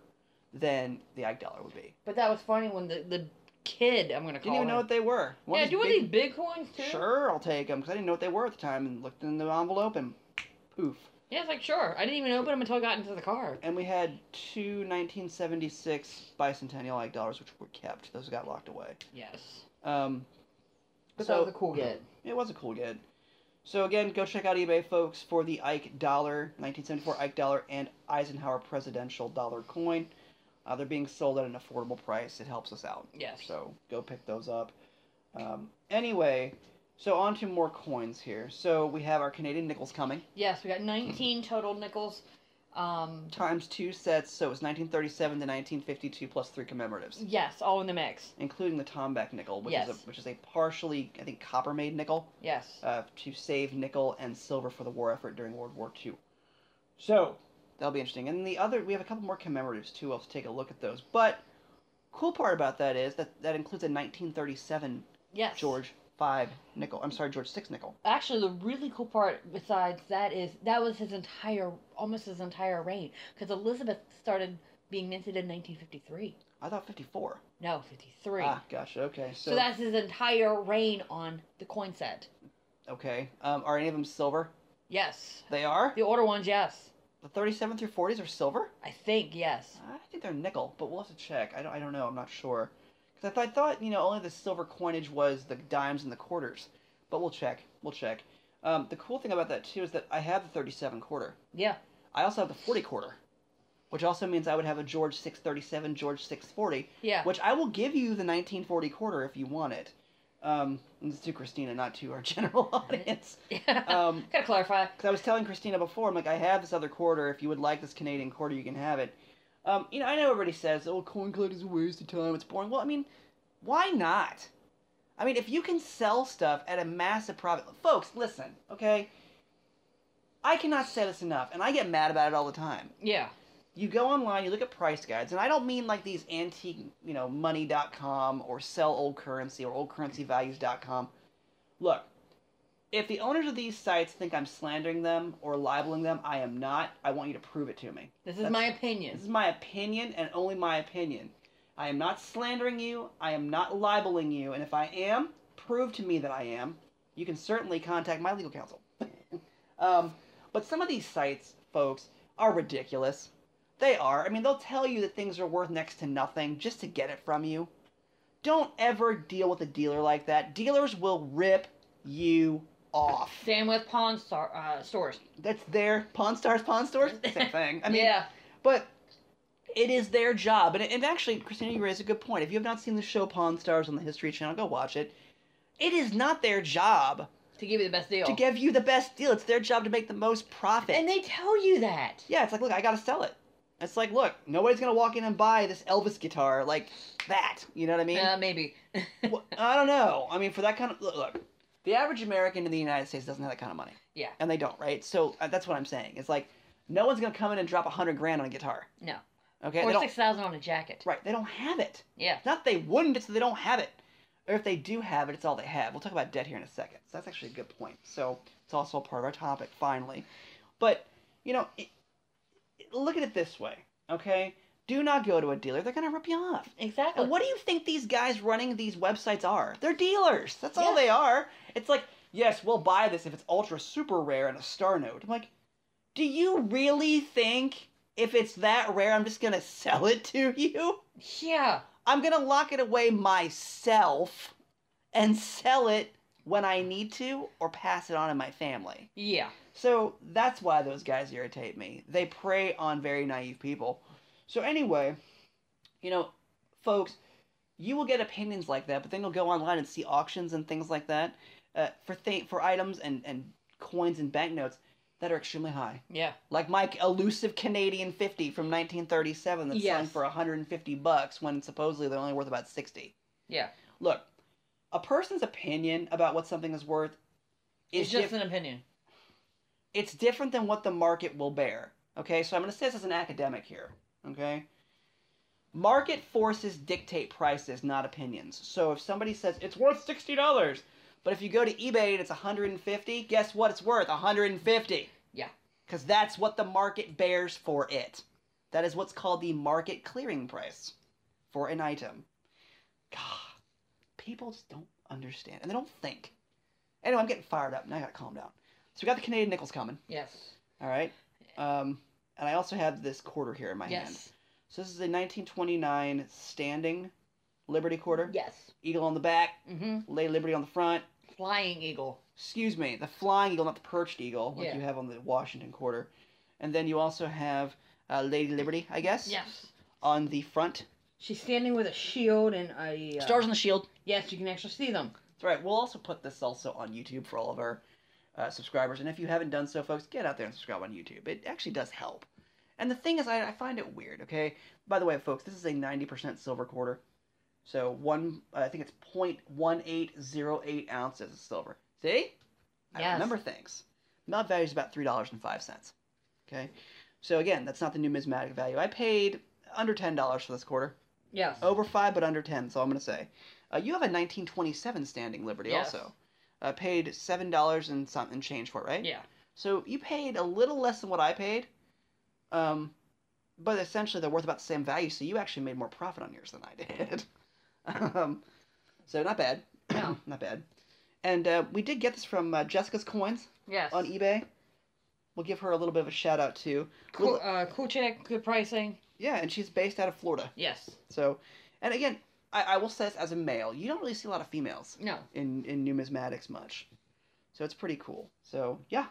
Speaker 2: than the Ike dollar would be.
Speaker 3: But that was funny when the, the kid, I'm going to
Speaker 2: Didn't
Speaker 3: call
Speaker 2: even
Speaker 3: him.
Speaker 2: know what they were. One
Speaker 3: yeah,
Speaker 2: of
Speaker 3: do you want
Speaker 2: big-
Speaker 3: these big coins too?
Speaker 2: Sure, I'll take them because I didn't know what they were at the time and looked in the envelope and poof.
Speaker 3: Yeah, it's like, sure. I didn't even open them until I got into the car.
Speaker 2: And we had two 1976 bicentennial Ike dollars, which were kept. Those got locked away.
Speaker 3: Yes.
Speaker 2: Um,
Speaker 3: But
Speaker 2: So-
Speaker 3: that was a cool get.
Speaker 2: It was a cool get. So again, go check out eBay, folks, for the Ike Dollar, 1974 Ike Dollar, and Eisenhower Presidential Dollar coin. Uh, they're being sold at an affordable price. It helps us out.
Speaker 3: Yes.
Speaker 2: So go pick those up. Um, anyway, so on to more coins here. So we have our Canadian nickels coming.
Speaker 3: Yes, we got 19 total nickels. Um,
Speaker 2: Times two sets, so it's 1937 to 1952 plus three commemoratives,
Speaker 3: yes, all in the mix.
Speaker 2: including the Tomback nickel, which is
Speaker 3: Yes.
Speaker 2: a, which is a partially, I think, copper made nickel.
Speaker 3: Yes.
Speaker 2: uh, to save nickel and silver for the war effort during World War II. So that'll be interesting. And the other, we have a couple more commemoratives too. I'll take a look at those. But cool part about that is that that includes a 1937
Speaker 3: yes.
Speaker 2: George Five nickel. I'm sorry, George Six nickel.
Speaker 3: Actually, the really cool part besides that is that was his entire, almost his entire reign, because Elizabeth started being minted in 1953.
Speaker 2: I thought 54.
Speaker 3: No, 53.
Speaker 2: Ah, gotcha. Okay, so,
Speaker 3: so, that's his entire reign on the coin set.
Speaker 2: okay. Um, are any of them silver?
Speaker 3: Yes.
Speaker 2: They are.
Speaker 3: The order ones, yes.
Speaker 2: The 37 through 40s are silver.
Speaker 3: I think, yes.
Speaker 2: I think they're nickel, but we'll have to check. I don't. I don't know. I'm not sure. Because I, th- I thought you know only the silver coinage was the dimes and the quarters, but we'll check. We'll check. Um, the cool thing about that too is that I have the 37 quarter.
Speaker 3: Yeah.
Speaker 2: I also have the 40 quarter, which also means I would have a George 637, George 640,
Speaker 3: Yeah.
Speaker 2: which I will give you the 1940 quarter if you want it. Um, this is to Christina, not to our general audience. Um,
Speaker 3: Gotta clarify.
Speaker 2: because I was telling Christina before, I'm like, I have this other quarter. If you would like this Canadian quarter, you can have it. Um, you know, I know everybody says, oh, coin collect is a waste of time. It's boring. Well, I mean, why not? I mean, if you can sell stuff at a massive profit. Folks, listen, okay? I cannot say this enough, and I get mad about it all the time.
Speaker 3: Yeah.
Speaker 2: You go online, you look at price guides, and I don't mean like these antique, you know, money.com or sell old currency or oldcurrencyvalues.com. Look, if the owners of these sites think I'm slandering them or libeling them, I am not. I want you to prove it to me.
Speaker 3: This is
Speaker 2: That's-
Speaker 3: my
Speaker 2: This is
Speaker 3: opinion.
Speaker 2: my opinion and only my opinion. I am not slandering you. I am not libeling you. And if I am, prove to me that I am. You can certainly contact my legal counsel. um, but some of these sites, folks, are ridiculous. They are. I mean, they'll tell you that things are worth next to nothing just to get it from you. Don't ever deal with a dealer like that. Dealers will rip you off.
Speaker 3: Same with pawn star, uh, stores.
Speaker 2: That's their Pawn Stars, Pawn Stores, same thing. I mean,
Speaker 3: yeah.
Speaker 2: but it is their job. And, and actually, Christina, you raise a good point. If you have not seen the show Pawn Stars on the History Channel, go watch it. It is not their job
Speaker 3: To give you the best deal.
Speaker 2: to give you the best deal. It's their job to make the most profit.
Speaker 3: and they tell you that.
Speaker 2: yeah, it's like, look, I gotta sell it. It's like, look, nobody's gonna walk in and buy this Elvis guitar like that. You know what I mean?
Speaker 3: Uh, maybe.
Speaker 2: Well, I don't know. I mean, for that kind of look, look, the average American in the United States doesn't have that kind of money.
Speaker 3: Yeah.
Speaker 2: and they don't, right? So uh, that's what I'm saying. It's like no one's gonna come in and drop a hundred grand on a guitar.
Speaker 3: No.
Speaker 2: Okay,
Speaker 3: or
Speaker 2: they don't,
Speaker 3: 6000 on a jacket.
Speaker 2: right? They don't have it.
Speaker 3: Yeah.
Speaker 2: It's not they wouldn't, it's that they don't have it. Or if they do have it, it's all they have. We'll talk about debt here in a second. So that's actually a good point. So it's also a part of our topic, finally. But, you know, it, it- look at it this way, okay? Do not go to a dealer. They're going to rip you off.
Speaker 3: Exactly.
Speaker 2: And what do you think these guys running these websites are? They're dealers. That's all
Speaker 3: Yeah.
Speaker 2: they are. It's like, yes, we'll buy this if it's ultra super rare and a star note. I'm like, do you really think if it's that rare, I'm just going to sell it to you?
Speaker 3: yeah.
Speaker 2: I'm gonna lock it away myself and sell it when I need to or pass it on to my family.
Speaker 3: Yeah.
Speaker 2: So that's why those guys irritate me. They prey on very naive people. So anyway, you know, folks, you will get opinions like that, but then you'll go online and see auctions and things like that uh, for th- for items and and coins and banknotes that are extremely high.
Speaker 3: Yeah.
Speaker 2: Like my elusive Canadian 50 from 1937 that's
Speaker 3: Yes.
Speaker 2: selling for 150 bucks when supposedly they're only worth about 60.
Speaker 3: Yeah.
Speaker 2: Look, a person's opinion about what something is worth is
Speaker 3: It's, just
Speaker 2: diff-
Speaker 3: an opinion.
Speaker 2: it's different than what the market will bear. Okay, so I'm going to say this as an academic here. Okay, Market forces dictate prices, not opinions. So if somebody says it's worth sixty dollars, but if you go to eBay and it's 150, guess what it's worth? 150.
Speaker 3: Yeah.
Speaker 2: Because that's what the market bears for it. That is what's called the market clearing price for an item. God, people just don't understand and they don't think. Anyway, I'm getting fired up. Now I gotta calm down. So we got the Canadian nickels coming.
Speaker 3: Yes.
Speaker 2: All right. Um, and I also have this quarter here in my hand.
Speaker 3: Yes.
Speaker 2: So this is a 1929 standing Liberty quarter.
Speaker 3: Yes.
Speaker 2: Eagle on the back,
Speaker 3: Mm-hmm.
Speaker 2: lay Liberty on the front.
Speaker 3: Flying eagle.
Speaker 2: excuse me, the flying eagle, not the perched eagle, like
Speaker 3: Yeah.
Speaker 2: you have on the Washington quarter. And then you also have uh, Lady Liberty, I guess,
Speaker 3: Yes.
Speaker 2: on the front.
Speaker 3: She's standing with a shield and a uh,
Speaker 2: Stars on the shield.
Speaker 3: Yes, you can actually see them.
Speaker 2: That's right. We'll also put this also on YouTube for all of our uh, subscribers. And if you haven't done so, folks, get out there and subscribe on YouTube. It actually does help. And the thing is, I, I find it weird. Okay. By the way, folks, this is a 90% silver quarter. So one, I think it's 0.1808 ounces of silver. See? I
Speaker 3: Yes.
Speaker 2: remember things. Melt value is about three dollars and five cents. Okay, so again, that's not the numismatic value. I paid under ten dollars for this quarter,
Speaker 3: Yes.
Speaker 2: over five, but under ten. So I'm gonna say, uh, you have a 1927 standing Liberty
Speaker 3: Yes.
Speaker 2: also. Uh, paid seven dollars and something change for it, right?
Speaker 3: Yeah.
Speaker 2: So you paid a little less than what I paid, um, but essentially they're worth about the same value. So you actually made more profit on yours than I did. um, so not bad.
Speaker 3: No.
Speaker 2: not bad. And uh, we did get this from uh, Jessica's Coins
Speaker 3: Yes.
Speaker 2: on eBay. We'll give her a little bit of a shout out too.
Speaker 3: cool, uh, cool check, good pricing.
Speaker 2: Yeah, and she's based out of Florida.
Speaker 3: Yes.
Speaker 2: So, and again, I, I will say this as a male, you don't really see a lot of females
Speaker 3: No.
Speaker 2: in in numismatics much. So it's pretty cool. So yeah,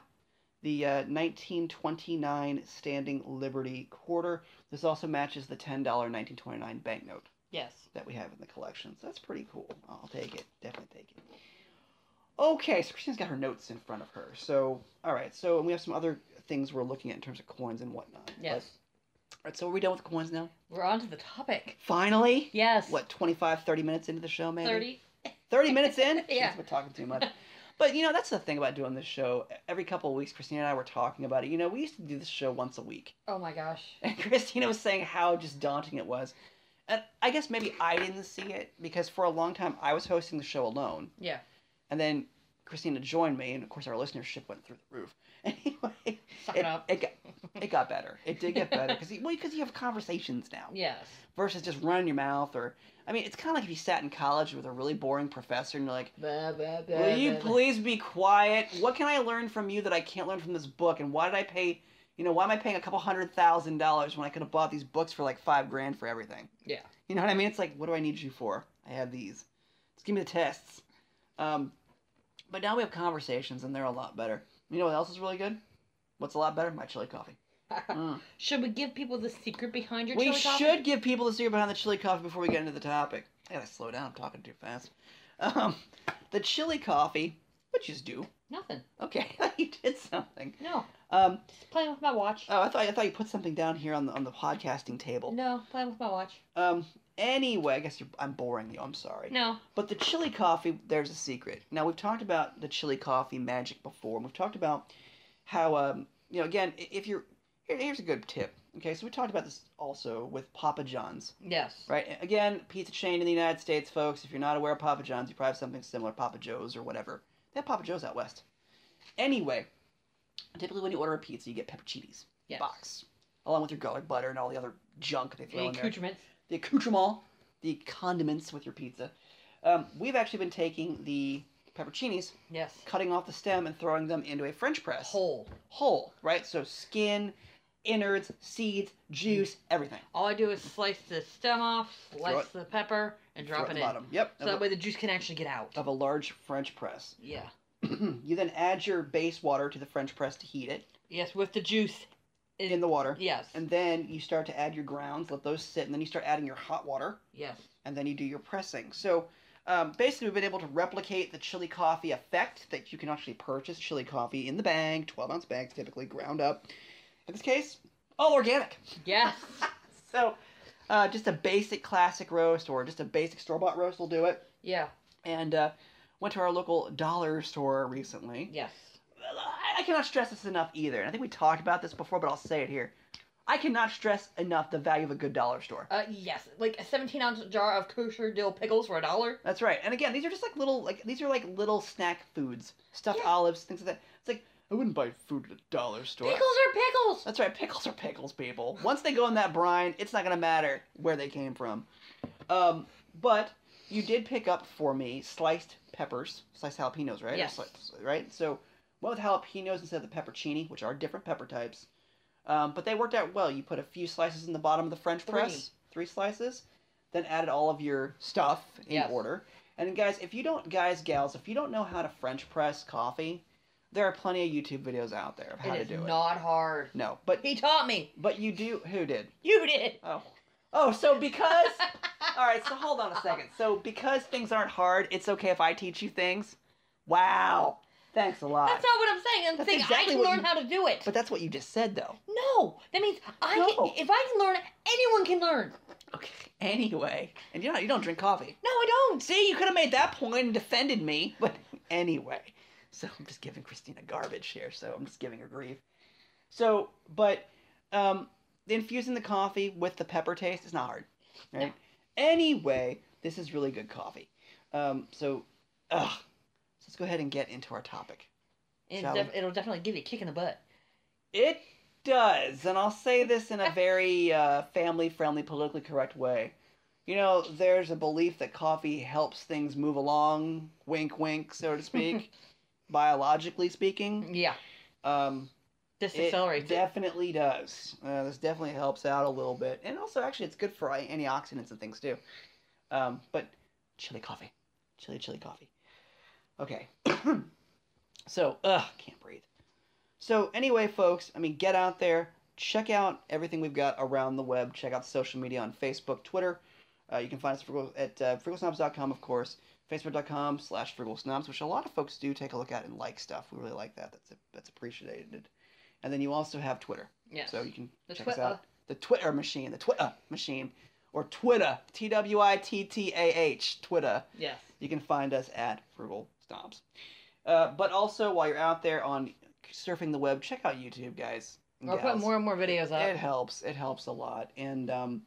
Speaker 2: the uh, 1929 Standing Liberty quarter. This also matches the $10 1929 banknote
Speaker 3: Yes.
Speaker 2: that we have in the collection. So that's pretty cool. I'll take it. Definitely take it. Okay, so Christine's got her notes in front of her. So, all right. So, and we have some other things we're looking at in terms of coins and whatnot.
Speaker 3: Yes.
Speaker 2: But- all right. So, are we done with coins now?
Speaker 3: We're on to the topic.
Speaker 2: Finally?
Speaker 3: Yes.
Speaker 2: What, 25, 30 minutes into the show, maybe?
Speaker 3: Thirty.
Speaker 2: 30 minutes in?
Speaker 3: Yeah.
Speaker 2: Jeez, We're talking too much. But, you know, that's the thing about doing this show. Every couple of weeks, Christina and I were talking about it. You know, we used to do this show once a week.
Speaker 3: Oh my gosh.
Speaker 2: And Christina was saying how just daunting it was. And I guess maybe I didn't see it because for a long time I was hosting the show alone.
Speaker 3: Yeah.
Speaker 2: And then Christina joined me, and of course our listenership went through the roof. Anyway,
Speaker 3: Suck
Speaker 2: it,
Speaker 3: it up.
Speaker 2: it, got, it got better. It did get better because well, because you have conversations now
Speaker 3: Yes.
Speaker 2: versus just running your mouth or I mean it's kind of like if you sat in college with a really boring professor and you're like,
Speaker 3: Blah, blah, blah,
Speaker 2: will you
Speaker 3: blah, blah.
Speaker 2: please be quiet? What can I learn from you that I can't learn from this book? And why did I pay? You know, why am I paying a couple hundred thousand dollars when I could have bought these books for like five grand for everything?
Speaker 3: Yeah.
Speaker 2: You know what I mean? It's like, what do I need you for? I have these. Just give me the tests. Um, but now we have conversations, and they're a lot better. You know what else is really good? What's a lot better? My chili coffee. Mm.
Speaker 3: Should we give people the secret behind your
Speaker 2: we
Speaker 3: chili coffee?
Speaker 2: should give people the secret behind the chili coffee before we get into the topic. I gotta slow down. I'm talking too fast. Um, the chili coffee. What you just do?
Speaker 3: Nothing.
Speaker 2: Okay, you did something.
Speaker 3: No.
Speaker 2: Um,
Speaker 3: Just playing with my watch.
Speaker 2: oh, I thought I thought you put something down here on the on the podcasting table.
Speaker 3: no, playing with my watch.
Speaker 2: Um, anyway, I guess you're, I'm boring you. I'm sorry.
Speaker 3: No.
Speaker 2: But the chili coffee, there's a secret. Now we've talked about the chili coffee magic before, and we've talked about how um, you know again i- if you're here, here's a good tip. Okay, so we talked about this also with Papa John's,
Speaker 3: Yes.
Speaker 2: right? A- Again, pizza chain in the United States, folks. If you're not aware of Papa John's, you probably have something similar, Papa Joe's or whatever. They have Papa Joe's out west. Anyway, typically when you order a pizza, you get pepperoncinis
Speaker 3: Yes.
Speaker 2: box along with your garlic butter and all the other junk they throw
Speaker 3: Any
Speaker 2: in there
Speaker 3: accoutrements?
Speaker 2: the accoutrement, the condiments with your pizza. Um, we've actually been taking the pepperoncinis,
Speaker 3: Yes.
Speaker 2: cutting off the stem, and throwing them into a French press.
Speaker 3: Whole.
Speaker 2: Whole, right? So skin, innards, seeds, juice,
Speaker 3: Mm.
Speaker 2: everything.
Speaker 3: All I do is slice the stem off, slice
Speaker 2: it-
Speaker 3: the pepper, and
Speaker 2: Throw
Speaker 3: drop
Speaker 2: at
Speaker 3: it
Speaker 2: the
Speaker 3: in.
Speaker 2: bottom. Yep.
Speaker 3: So
Speaker 2: of,
Speaker 3: that
Speaker 2: a,
Speaker 3: way the juice can actually get out.
Speaker 2: of a large French press.
Speaker 3: Yeah.
Speaker 2: you then add your base water to the French press to heat it
Speaker 3: Yes, with the juice.
Speaker 2: in the water.
Speaker 3: Yes.
Speaker 2: And then you start to add your grounds, let those sit, and then you start adding your hot water.
Speaker 3: yes.
Speaker 2: and then you do your pressing. So um, basically, we've been able to replicate the chili coffee effect that you can actually purchase chili coffee in the bag, 12 ounce bags typically, ground up. In this case, all organic.
Speaker 3: Yes.
Speaker 2: So uh, just a basic classic roast or just a basic store bought roast will do it.
Speaker 3: yeah.
Speaker 2: And uh, went to our local dollar store recently.
Speaker 3: Yes.
Speaker 2: I- I cannot stress this enough either. And I think we talked about this before, but I'll say it here. I cannot stress enough the value of a good dollar store.
Speaker 3: Uh, yes, like a 17 ounce jar of kosher dill pickles for a dollar.
Speaker 2: That's right. And again, these are just like little like these are like little snack foods, stuffed
Speaker 3: Yeah.
Speaker 2: olives, things like that. It's like I wouldn't buy food at a dollar store.
Speaker 3: Pickles are pickles.
Speaker 2: That's right. Pickles are pickles, people. Once they go in that brine, it's not gonna matter where they came from. Um, but you did pick up for me sliced peppers, sliced jalapenos, right? Or
Speaker 3: Yes.
Speaker 2: sli- right. So went with jalapenos instead of the peppercini, which are different pepper types. Um, but they worked out well. You put a few slices in the bottom of the French
Speaker 3: Three.
Speaker 2: press, three slices, then added all of your stuff in
Speaker 3: Yes.
Speaker 2: order. And guys, if you don't, guys, gals, if you don't know how to French press coffee, there are plenty of YouTube videos out there of how
Speaker 3: It
Speaker 2: to
Speaker 3: is
Speaker 2: do
Speaker 3: not hard.
Speaker 2: it. No, but
Speaker 3: He taught me.
Speaker 2: but you do. Who did?
Speaker 3: You did.
Speaker 2: Oh. Oh, so because. All right, so hold on a second. So because things aren't hard, it's okay if I teach you things? Wow. Thanks a lot.
Speaker 3: That's not what I'm saying. I'm
Speaker 2: That's
Speaker 3: saying
Speaker 2: exactly
Speaker 3: I can
Speaker 2: what
Speaker 3: learn
Speaker 2: you-
Speaker 3: how to do it.
Speaker 2: but that's what you just said, though.
Speaker 3: no, that means I
Speaker 2: No.
Speaker 3: can. If I can learn, anyone can learn.
Speaker 2: Okay. Anyway. And you know, you don't drink coffee.
Speaker 3: No, I don't.
Speaker 2: See, you could have made that point and defended me. But anyway. So I'm just giving Christina garbage here, so I'm just giving her grief. So, but um, infusing the coffee with the pepper taste is not hard. Right? Anyway, this is really good coffee. Um, so, ugh. So let's go ahead and get into our topic.
Speaker 3: It
Speaker 2: Shall
Speaker 3: def-
Speaker 2: we?
Speaker 3: it'll definitely give you a kick in the butt.
Speaker 2: It does, and I'll say this in a very uh, family friendly, politically correct way. You know, there's a belief that coffee helps things move along, wink, wink, so to speak, biologically speaking.
Speaker 3: Yeah,
Speaker 2: Um,
Speaker 3: this
Speaker 2: it
Speaker 3: accelerates. it.
Speaker 2: definitely does. Uh, this definitely helps out a little bit, and also actually, it's good for antioxidants and things too. Um, but chili coffee, chili chili coffee. Okay, so ugh, can't breathe. So anyway, folks, I mean, get out there, check out everything we've got around the web. Check out the social media on Facebook, Twitter. Uh, you can find us frugal- at uh, frugalsnobs.com, of course. Facebook.com slash frugalsnobs, which a lot of folks do take a look at and like stuff. We really like that. That's that's appreciated. And then you also have Twitter.
Speaker 3: Yes.
Speaker 2: So you can
Speaker 3: The uh,
Speaker 2: check us
Speaker 3: Twitter.
Speaker 2: out. The Twitter machine, the Twitter machine, or Twitter, T W I T T A H, Twitter.
Speaker 3: Yes.
Speaker 2: You can find us at Frugal Stomps. Uh, but also, while you're out there on surfing the web, check out YouTube, guys. and
Speaker 3: We're putting
Speaker 2: gals.
Speaker 3: more and more videos up.
Speaker 2: It helps. It helps a lot. And um,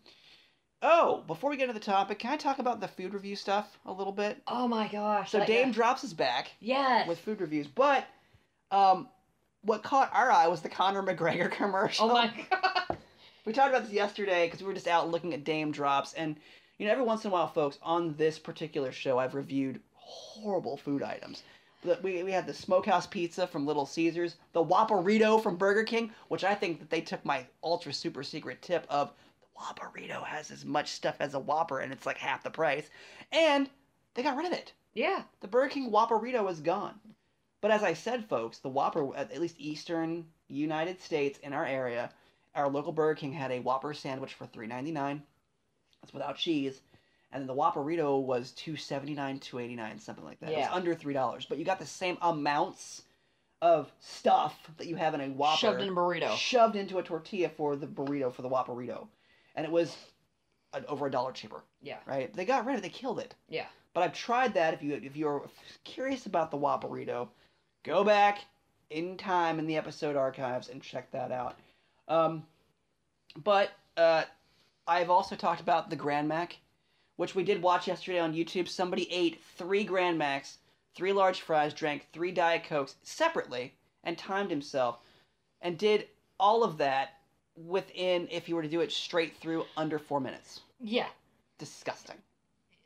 Speaker 2: oh, before we get into the topic, can I talk about the food review stuff a little bit?
Speaker 3: Oh my gosh.
Speaker 2: So
Speaker 3: like,
Speaker 2: Dame
Speaker 3: uh,
Speaker 2: drops is back
Speaker 3: Yes.
Speaker 2: with food reviews, but um, what caught our eye was the Conor McGregor commercial.
Speaker 3: oh my god.
Speaker 2: We talked about this yesterday because we were just out looking at Dame drops, and you know, every once in a while, folks, on this particular show, I've reviewed horrible food items. But We, we had the smokehouse pizza from Little Caesars, the Whopperito from Burger King, which I think that they took my ultra super secret tip of the Whopperito has as much stuff as a Whopper and it's like half the price, and they got rid of it.
Speaker 3: Yeah.
Speaker 2: The Burger King Whopperito is gone. But as I said, folks, the Whopper, at at least Eastern United States in our area, our local Burger King had a Whopper sandwich for three ninety nine. That's without cheese. And then the Whopperito was two seventy nine, two eighty nine, something like that. It was
Speaker 3: Yeah.
Speaker 2: under three dollars. But you got the same amounts of stuff that you have in a Whopper
Speaker 3: Shoved in a burrito.
Speaker 2: shoved into a tortilla for the burrito for the Whopperito. And it was uh, over a dollar cheaper,
Speaker 3: Yeah.
Speaker 2: right? They got rid of it, they killed it.
Speaker 3: Yeah.
Speaker 2: But I've tried that. If you if you're curious about the Whopperito, go back in time in the episode archives and check that out. Um, but uh, I've also talked about the Grand Mac, which we did watch yesterday on YouTube. Somebody ate three Grand Macs, three large fries, drank three Diet Cokes separately, and timed himself, and did all of that within, if you were to do it straight through, under four minutes.
Speaker 3: Yeah.
Speaker 2: Disgusting.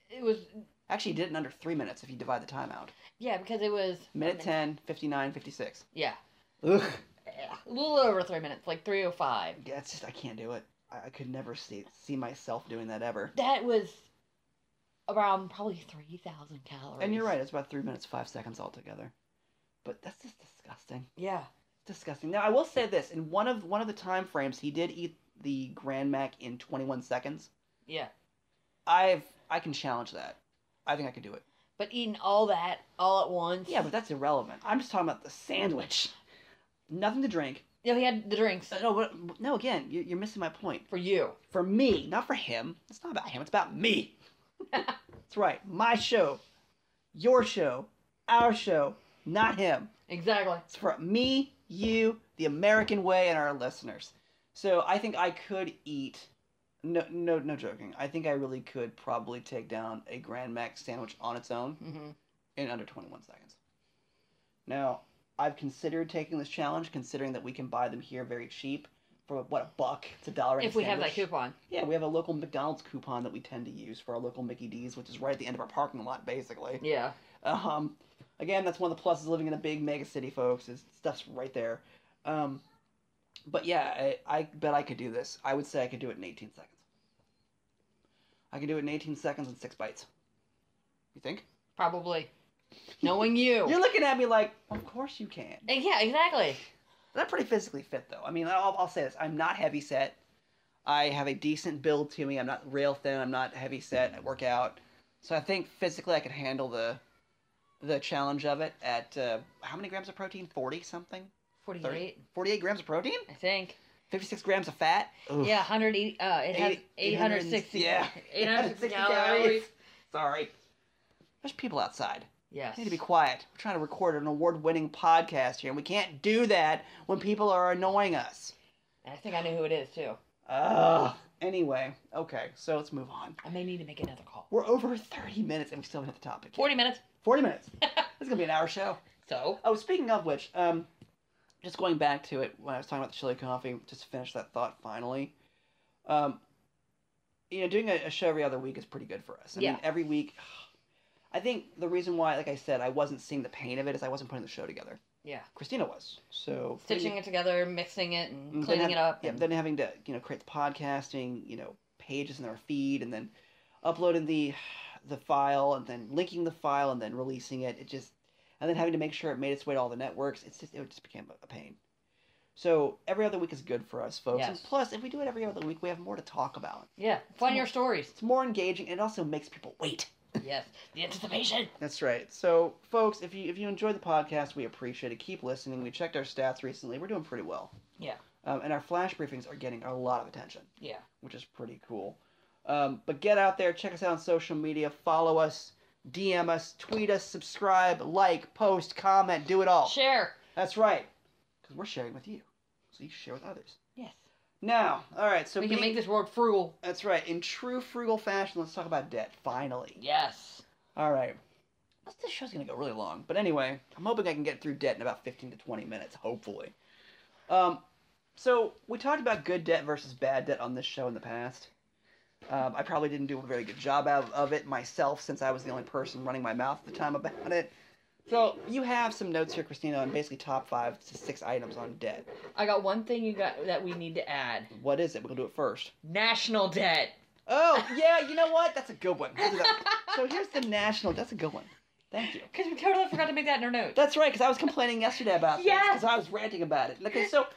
Speaker 3: It was.
Speaker 2: Actually, he did it in under three minutes if you divide the time out.
Speaker 3: Yeah, because it was.
Speaker 2: Minute 10, 59, 56.
Speaker 3: Yeah.
Speaker 2: Ugh.
Speaker 3: A little over three oh minutes, like 305.
Speaker 2: Yeah, it's just, I can't do it. I, I could never see see myself doing that ever.
Speaker 3: That was around probably 3,000 calories.
Speaker 2: And you're right, it's about three minutes, five seconds altogether. But that's just disgusting.
Speaker 3: Yeah.
Speaker 2: Disgusting. Now, I will say this in one of one of the time frames, he did eat the Grand Mac in 21 seconds.
Speaker 3: Yeah.
Speaker 2: I've I can challenge that. I think I can do it.
Speaker 3: But eating all that all at once.
Speaker 2: Yeah, but that's irrelevant. I'm just talking about the sandwich. Nothing to drink.
Speaker 3: No, he had the drinks
Speaker 2: Uh, No, what- no. Again, you- you're missing my point.
Speaker 3: for you.
Speaker 2: for me, not for him. It's not about him. It's about me. That's right. My show, your show, our show, not him.
Speaker 3: Exactly.
Speaker 2: It's for me, you, the American way, and our listeners. So I think I could eat. No, no, no joking. I think I really could probably take down a Grand Mac sandwich on its own
Speaker 3: hmm
Speaker 2: in under 21 seconds. Now, I've considered taking this challenge, considering that we can buy them here very cheap for what a buck. It's a dollar. and a
Speaker 3: If we have that
Speaker 2: sandwich.
Speaker 3: coupon.
Speaker 2: Yeah, we have a local McDonald's coupon that we tend to use for our local Mickey D's, which is right at the end of our parking lot, basically.
Speaker 3: Yeah.
Speaker 2: Um, again, that's one of the pluses of living in a big mega city, folks. Is stuff's right there. Um, but yeah, I, I bet I could do this. I would say I could do it in 18 seconds. I could do it in 18 seconds and six bites. You think?
Speaker 3: Probably. Knowing you.
Speaker 2: You're looking at me like, of course you can.
Speaker 3: Eh, yeah, exactly.
Speaker 2: And I'm pretty physically fit, though. I mean, I'll, I'll say this: I'm not heavy set. I have a decent build to me. I'm not real thin. I'm not heavy set. I work out, so I think physically I could handle the the challenge of it. At uh, how many grams of protein? Forty something.
Speaker 3: 48,
Speaker 2: 30, Forty-eight grams of protein.
Speaker 3: I think.
Speaker 2: Fifty-six grams of fat. Oof.
Speaker 3: Yeah, 180, uh, it has
Speaker 2: Eight-
Speaker 3: 860,
Speaker 2: Yeah.
Speaker 3: 860
Speaker 2: calories.
Speaker 3: calories.
Speaker 2: Sorry. There's people outside.
Speaker 3: Yes.
Speaker 2: We need to be quiet. We're trying to record an award-winning podcast here, and we can't do that when people are annoying us.
Speaker 3: I think I know who it is, too.
Speaker 2: Ugh. Anyway, okay, so let's move on.
Speaker 3: I may need to make another call.
Speaker 2: We're over 30 minutes and we still haven't hit the topic. yet.
Speaker 3: 40 minutes.
Speaker 2: 40 minutes. This is gonna be an hour show.
Speaker 3: So,
Speaker 2: Oh, speaking of which, um, just going back to it when I was talking about the chili coffee, just to finish that thought finally. Um, you know, doing a, a show every other week is pretty good for us. I
Speaker 3: Yeah.
Speaker 2: mean, every week. I think the reason why, like I said, I wasn't seeing the pain of it is I wasn't putting the show together.
Speaker 3: yeah.
Speaker 2: Christina was. So for you- Mm,
Speaker 3: Stitching it together, mixing it, and
Speaker 2: then
Speaker 3: cleaning
Speaker 2: have-
Speaker 3: it up.
Speaker 2: Yeah,
Speaker 3: and-
Speaker 2: then having to you know create the podcasting, you know, pages in our feed, and then uploading the the file, and then linking the file, and then releasing it. It just and then having to make sure it made its way to all the networks. It's just it just became a- a pain. So every other week is good for us, folks. And
Speaker 3: Yes.
Speaker 2: plus, if we do it every other week, we have more to talk about.
Speaker 3: yeah. Funnier stories.
Speaker 2: It's more engaging, and it also makes people wait.
Speaker 3: Yes. The anticipation.
Speaker 2: That's right. So, folks, if you if you enjoyed the podcast, we appreciate it. Keep listening. We checked our stats recently. We're doing pretty well.
Speaker 3: Yeah.
Speaker 2: Um, and our flash briefings are getting a lot of attention
Speaker 3: Yeah.
Speaker 2: which is pretty cool. Um, but get out there, check us out on social media, follow us, DM us, tweet us, subscribe, like, post, comment, do it all.
Speaker 3: Share.
Speaker 2: That's right, because we're sharing with you, so you share with others.
Speaker 3: Yes.
Speaker 2: Now, all right, so
Speaker 3: we can
Speaker 2: being-
Speaker 3: make this word frugal.
Speaker 2: that's right. In true frugal fashion, let's talk about debt finally.
Speaker 3: Yes.
Speaker 2: All right. This- This show's gonna go really long, but anyway, I'm hoping I can get through debt in about 15 to 20 minutes, hopefully. Um, so we talked about good debt versus bad debt on this show in the past. Um, I probably didn't do a very good job of, of it myself, since I was the only person running my mouth at the time about it. So you have some notes here, Christina, on basically top five to six items on debt.
Speaker 3: I got one thing you got that we need to add.
Speaker 2: What is it? We'll do it first.
Speaker 3: National debt.
Speaker 2: Oh yeah, you know what? That's a good one. We'll do that. so here's the national. That's a good one. Thank you.
Speaker 3: Because we totally forgot to make that in our notes.
Speaker 2: That's right, because I was complaining yesterday about this.
Speaker 3: Yes.
Speaker 2: Because I was ranting about it. Okay, so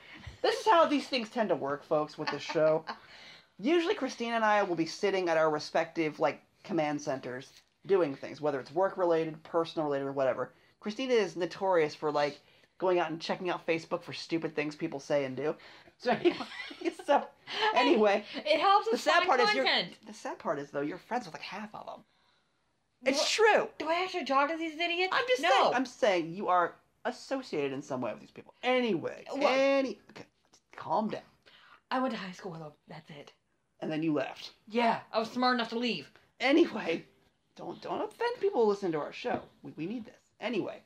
Speaker 2: this is how these things tend to work, folks, with this show. Usually, Christina and I will be sitting at our respective like command centers doing things, whether it's work related, personal related, or whatever. Christina is notorious for like going out and checking out Facebook for stupid things people say and do. So anyway, so anyway,
Speaker 3: It helps us
Speaker 2: the sad
Speaker 3: find
Speaker 2: part is you're
Speaker 3: content.
Speaker 2: the sad part is though you're friends with like half of them. It's
Speaker 3: What?
Speaker 2: true.
Speaker 3: Do I have to talk to these idiots?
Speaker 2: I'm just
Speaker 3: no.
Speaker 2: saying. I'm saying you are associated in some way with these people. Anyway,
Speaker 3: Well-
Speaker 2: any okay, just calm down.
Speaker 3: I went to high school with them. That's it.
Speaker 2: And then you left.
Speaker 3: Yeah, I was smart enough to leave.
Speaker 2: Anyway, don't don't offend people listening to our show. We, we need this. Anyway,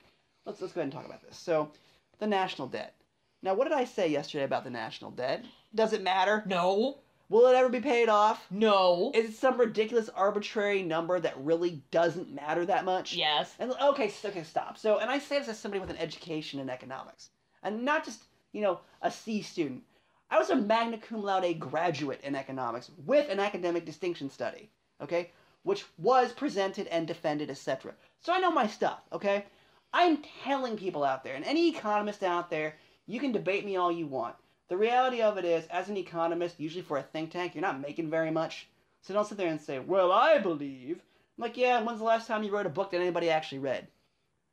Speaker 2: let's let's go ahead and talk about this. So, the national debt. Now, what did I say yesterday about the national debt? Does it matter?
Speaker 3: No.
Speaker 2: Will it ever be paid off?
Speaker 3: No.
Speaker 2: Is it some ridiculous arbitrary number that really doesn't matter that much?
Speaker 3: yes.
Speaker 2: And okay, s- okay, stop. So, and I say this as somebody with an education in economics, and not just you know a C student. I was a magna cum laude graduate in economics with an academic distinction study. Okay, which was presented and defended, etc. So I know my stuff. Okay, I'm telling people out there, and any economist out there, you can debate me all you want. The reality of it is, as an economist, usually for a think tank, you're not making very much. So don't sit there and say, "Well, I believe." I'm like, yeah, when's the last time you wrote a book that anybody actually read?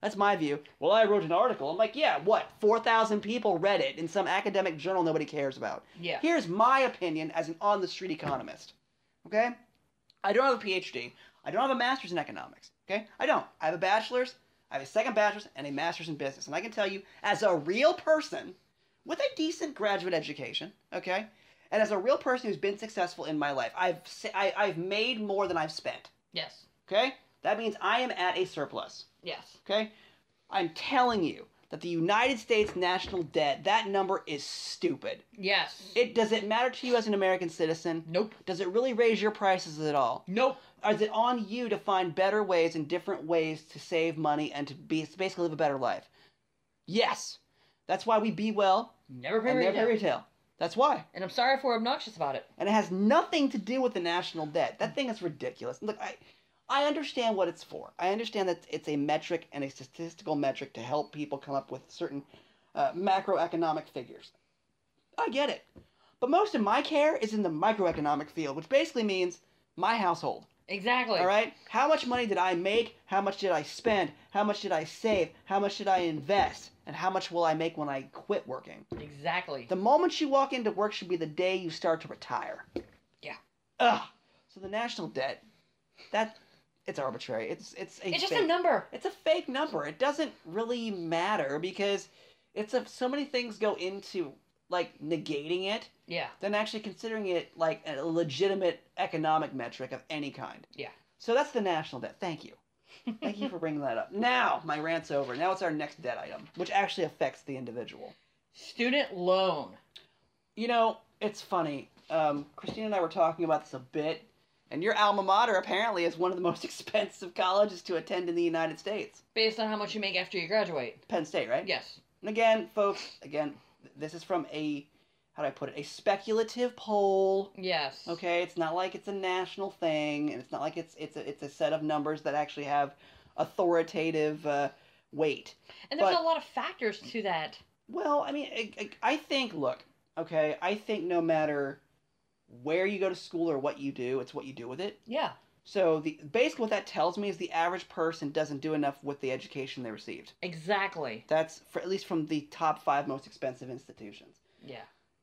Speaker 2: That's my view. Well, I wrote an article. I'm like, yeah, what? 4,000 people read it in some academic journal nobody cares about.
Speaker 3: Yeah.
Speaker 2: Here's my opinion as an on the street economist. Okay? I don't have a PhD. I don't have a master's in economics. Okay? I don't. I have a bachelor's, I have a second bachelor's, and a master's in business. And I can tell you, as a real person with a decent graduate education, okay, And as a real person who's been successful in my life, I've sa- I, I've made more than I've spent.
Speaker 3: Yes.
Speaker 2: Okay, that means I am at a surplus.
Speaker 3: Yes.
Speaker 2: Okay, I'm telling you that the United States national debt that number is stupid.
Speaker 3: Yes.
Speaker 2: It does it matter to you as an American citizen?
Speaker 3: nope.
Speaker 2: Does it really raise your prices at all?
Speaker 3: Nope.
Speaker 2: Or is it on you to find better ways and different ways to save money and to be to basically live a better life? Yes, that's why we be well
Speaker 3: Never pay
Speaker 2: and never
Speaker 3: retail.
Speaker 2: retail. That's why.
Speaker 3: And I'm sorry if we're obnoxious about it.
Speaker 2: and it has nothing to do with the national debt. That thing is ridiculous. Look, I, I understand what it's for. I understand that it's a metric and a statistical metric to help people come up with certain uh, macroeconomic figures. I get it. But most of my care is in the microeconomic field, which basically means my household.
Speaker 3: Exactly.
Speaker 2: All right? How much money did I make? How much did I spend? How much did I save? How much did I invest? And how much will I make when I quit working?
Speaker 3: Exactly.
Speaker 2: The moment you walk into work should be the day you start to retire.
Speaker 3: Yeah.
Speaker 2: Ugh. So the national debt, that it's arbitrary. It's it's a
Speaker 3: it's just
Speaker 2: fake-
Speaker 3: a number.
Speaker 2: It's a fake number. It doesn't really matter because it's a, so many things go into like negating it
Speaker 3: Yeah.
Speaker 2: than actually considering it like a legitimate economic metric of any kind.
Speaker 3: Yeah.
Speaker 2: So that's the national debt. Thank you. Thank you for bringing that up. Now my rant's over. Now it's our next debt item, which actually affects the individual.
Speaker 3: Student loan.
Speaker 2: You know, it's funny. Um, Christine and I were talking about this a bit, and your alma mater apparently is one of the most expensive colleges to attend in the United States.
Speaker 3: Based on how much you make after you graduate.
Speaker 2: Penn State, right?
Speaker 3: Yes.
Speaker 2: And again, folks, again, th- this is from a, how do I put it, a speculative poll.
Speaker 3: Yes.
Speaker 2: Okay, it's not like it's a national thing, and it's not like it's it's a, it's a set of numbers that actually have authoritative uh, weight.
Speaker 3: And there's
Speaker 2: but-
Speaker 3: a lot of factors to that.
Speaker 2: Well, I mean, I, I I think, look, okay, I think no matter where you go to school or what you do, it's what you do with it.
Speaker 3: Yeah.
Speaker 2: So the basically what that tells me is the average person doesn't do enough with the education they received.
Speaker 3: Exactly.
Speaker 2: That's for, at least from the top five most expensive institutions.
Speaker 3: Yeah.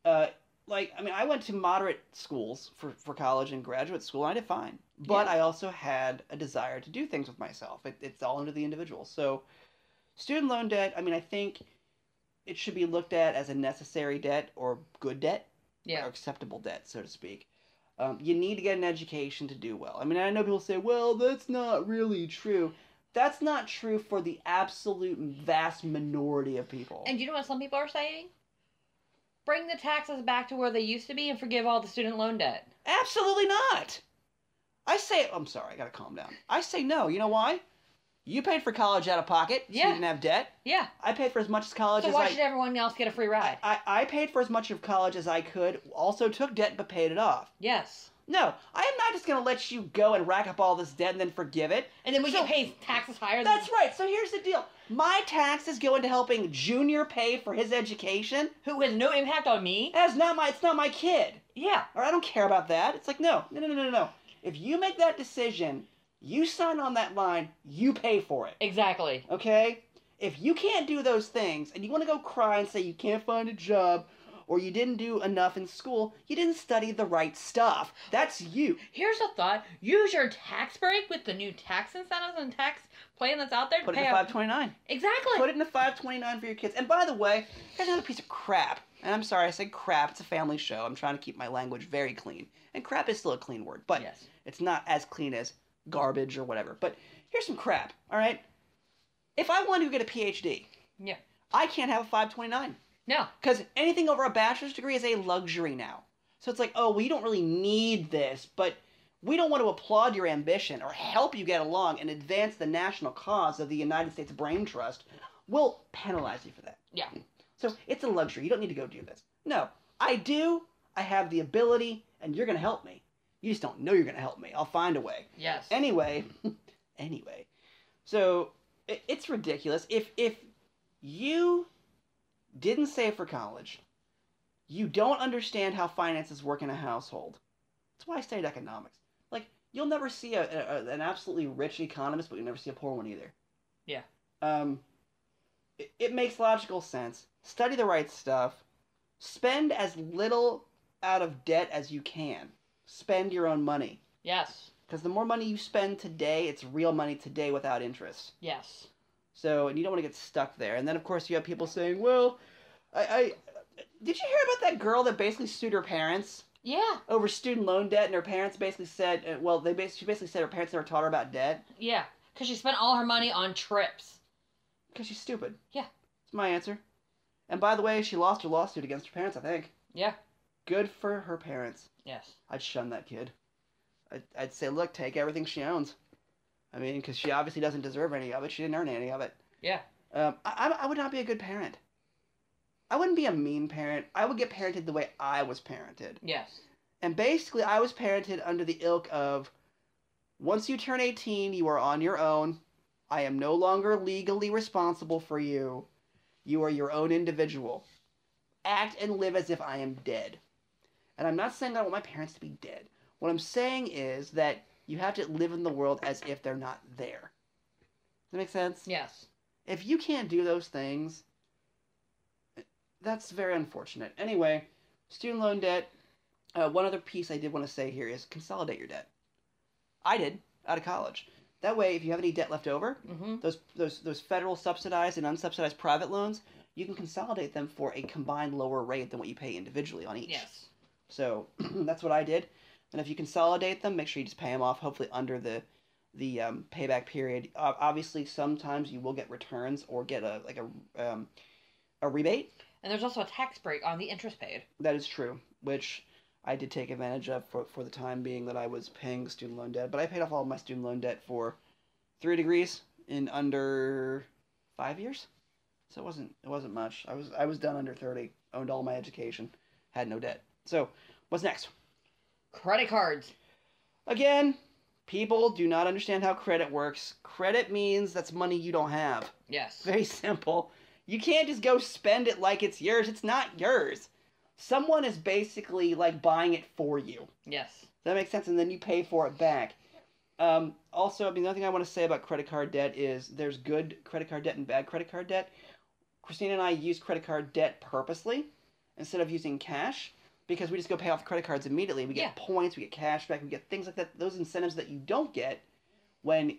Speaker 2: Uh, like, I mean, I went to moderate schools for, for college and graduate school, and I did fine. But
Speaker 3: Yeah.
Speaker 2: I also had a desire to do things with myself. It, it's all under the individual. So, student loan debt, I mean, I think it should be looked at as a necessary debt or good debt
Speaker 3: Yeah.
Speaker 2: or acceptable debt, so to speak. Um, you need to get an education to do well. I mean, I know people say, well, that's not really true. That's not true for the absolute vast minority of people.
Speaker 3: And you know what some people are saying? Bring the taxes back to where they used to be and forgive all the student loan debt.
Speaker 2: Absolutely not. I say, I'm sorry, I gotta calm down. I say no. You know why? You paid for college out of pocket. so
Speaker 3: Yeah.
Speaker 2: you didn't have debt.
Speaker 3: Yeah.
Speaker 2: I paid for as much as college
Speaker 3: So
Speaker 2: as
Speaker 3: why
Speaker 2: I,
Speaker 3: should everyone else get a free ride?
Speaker 2: I. I paid for as much of college as I could. Also took debt but paid it off.
Speaker 3: Yes.
Speaker 2: No, I am not just gonna let you go and rack up all this debt and then forgive it.
Speaker 3: And then we
Speaker 2: So-
Speaker 3: can pay taxes higher than
Speaker 2: That's right. So here's the deal. My taxes go into helping Junior pay for his education.
Speaker 3: who has no impact on me.
Speaker 2: That's not my. It's not my kid.
Speaker 3: Yeah.
Speaker 2: or I don't care about that. It's like, no, no, no, no, no, no. If you make that decision, you sign on that line, you pay for it.
Speaker 3: Exactly.
Speaker 2: Okay? If you can't do those things and you want to go cry and say you can't find a job or you didn't do enough in school, you didn't study the right stuff. That's you.
Speaker 3: Here's a thought. Use your tax break with the new tax incentives and tax plan that's out there to
Speaker 2: Put it
Speaker 3: pay
Speaker 2: in the
Speaker 3: off-
Speaker 2: 529.
Speaker 3: Exactly.
Speaker 2: Put it in the 529 for your kids. And by the way, here's another piece of crap. And I'm sorry, I said crap. It's a family show. I'm trying to keep my language very clean. And crap is still a clean word. But
Speaker 3: yes.
Speaker 2: It's not as clean as garbage or whatever. But here's some crap, all right? If I want to get a PhD,
Speaker 3: Yeah.
Speaker 2: I can't have a 529
Speaker 3: No.
Speaker 2: because anything over a bachelor's degree is a luxury now. So it's like, oh, well, you don't really need this, but we don't want to applaud your ambition or help you get along and advance the national cause of the United States Brain Trust. We'll penalize you for that.
Speaker 3: Yeah.
Speaker 2: So it's a luxury. You don't need to go do this. No, I do. I have the ability, and you're going to help me. You just don't know you're going to help me. I'll find a way.
Speaker 3: Yes.
Speaker 2: Anyway, anyway, so i- it's ridiculous. If if you didn't save for college, you don't understand how finances work in a household. That's why I studied economics. Like you'll never see a, a, a- an absolutely rich economist, but you will never see a poor one either.
Speaker 3: Yeah.
Speaker 2: Um, it, it makes logical sense. Study the right stuff. Spend as little out of debt as you can. Spend your own money.
Speaker 3: yes.
Speaker 2: Because the more money you spend today, it's real money today without interest.
Speaker 3: Yes.
Speaker 2: So, and you don't want to get stuck there. And then, of course, you have people saying, well, I, I Did you hear about that girl that basically sued her parents
Speaker 3: Yeah,
Speaker 2: over student loan debt, and her parents basically said, uh, well, they basically, she basically said her parents never taught her about debt
Speaker 3: yeah. Because she spent all her money on trips.
Speaker 2: because she's stupid.
Speaker 3: Yeah.
Speaker 2: that's my answer. And by the way, she lost her lawsuit against her parents. I think
Speaker 3: Yeah.
Speaker 2: good for her parents.
Speaker 3: Yes.
Speaker 2: I'd shun that kid. I'd, I'd say, look, take everything she owns. I mean, because she obviously doesn't deserve any of it. She didn't earn any of it.
Speaker 3: Yeah.
Speaker 2: Um, I, I- I would not be a good parent. I wouldn't be a mean parent. I would get parented the way I was parented.
Speaker 3: Yes.
Speaker 2: And basically, I was parented under the ilk of once you turn 18, you are on your own. I am no longer legally responsible for you. You are your own individual. Act and live as if I am dead. And I'm not saying that I want my parents to be dead. What I'm saying is that you have to live in the world as if they're not there. Does that make sense?
Speaker 3: Yes.
Speaker 2: if you can't do those things, that's very unfortunate. Anyway, student loan debt. Uh, one other piece I did want to say here is consolidate your debt. I did out of college. That way, if you have any debt left over,
Speaker 3: Mm-hmm.
Speaker 2: those those those federal subsidized and unsubsidized private loans, you can consolidate them for a combined lower rate than what you pay individually on each.
Speaker 3: Yes.
Speaker 2: So that's what I did. And if you consolidate them, make sure you just pay them off. Hopefully under the the um, payback period. Uh, obviously, sometimes you will get returns or get a like a um, a rebate.
Speaker 3: And there's also a tax break on the interest paid.
Speaker 2: That is true, which I did take advantage of for for the time being that I was paying student loan debt. But I paid off all my student loan debt for three degrees in under five years. So it wasn't it wasn't much. I was I was done under thirty. Owned all my education. Had no debt. So what's next?
Speaker 3: Credit cards.
Speaker 2: Again, people do not understand how credit works. Credit means that's money you don't have.
Speaker 3: Yes.
Speaker 2: Very simple. You can't just go spend it like it's yours. It's not yours. Someone is basically like buying it for you. Does
Speaker 3: Yes.
Speaker 2: that make sense? And then you pay for it back. Um, also, I mean, the other thing I want to say about credit card debt is there's good credit card debt and bad credit card debt. Christina and I use credit card debt purposely instead of using cash because we just go pay off credit cards immediately. We get points, we get cash back, we get things like that. Those incentives that you don't get when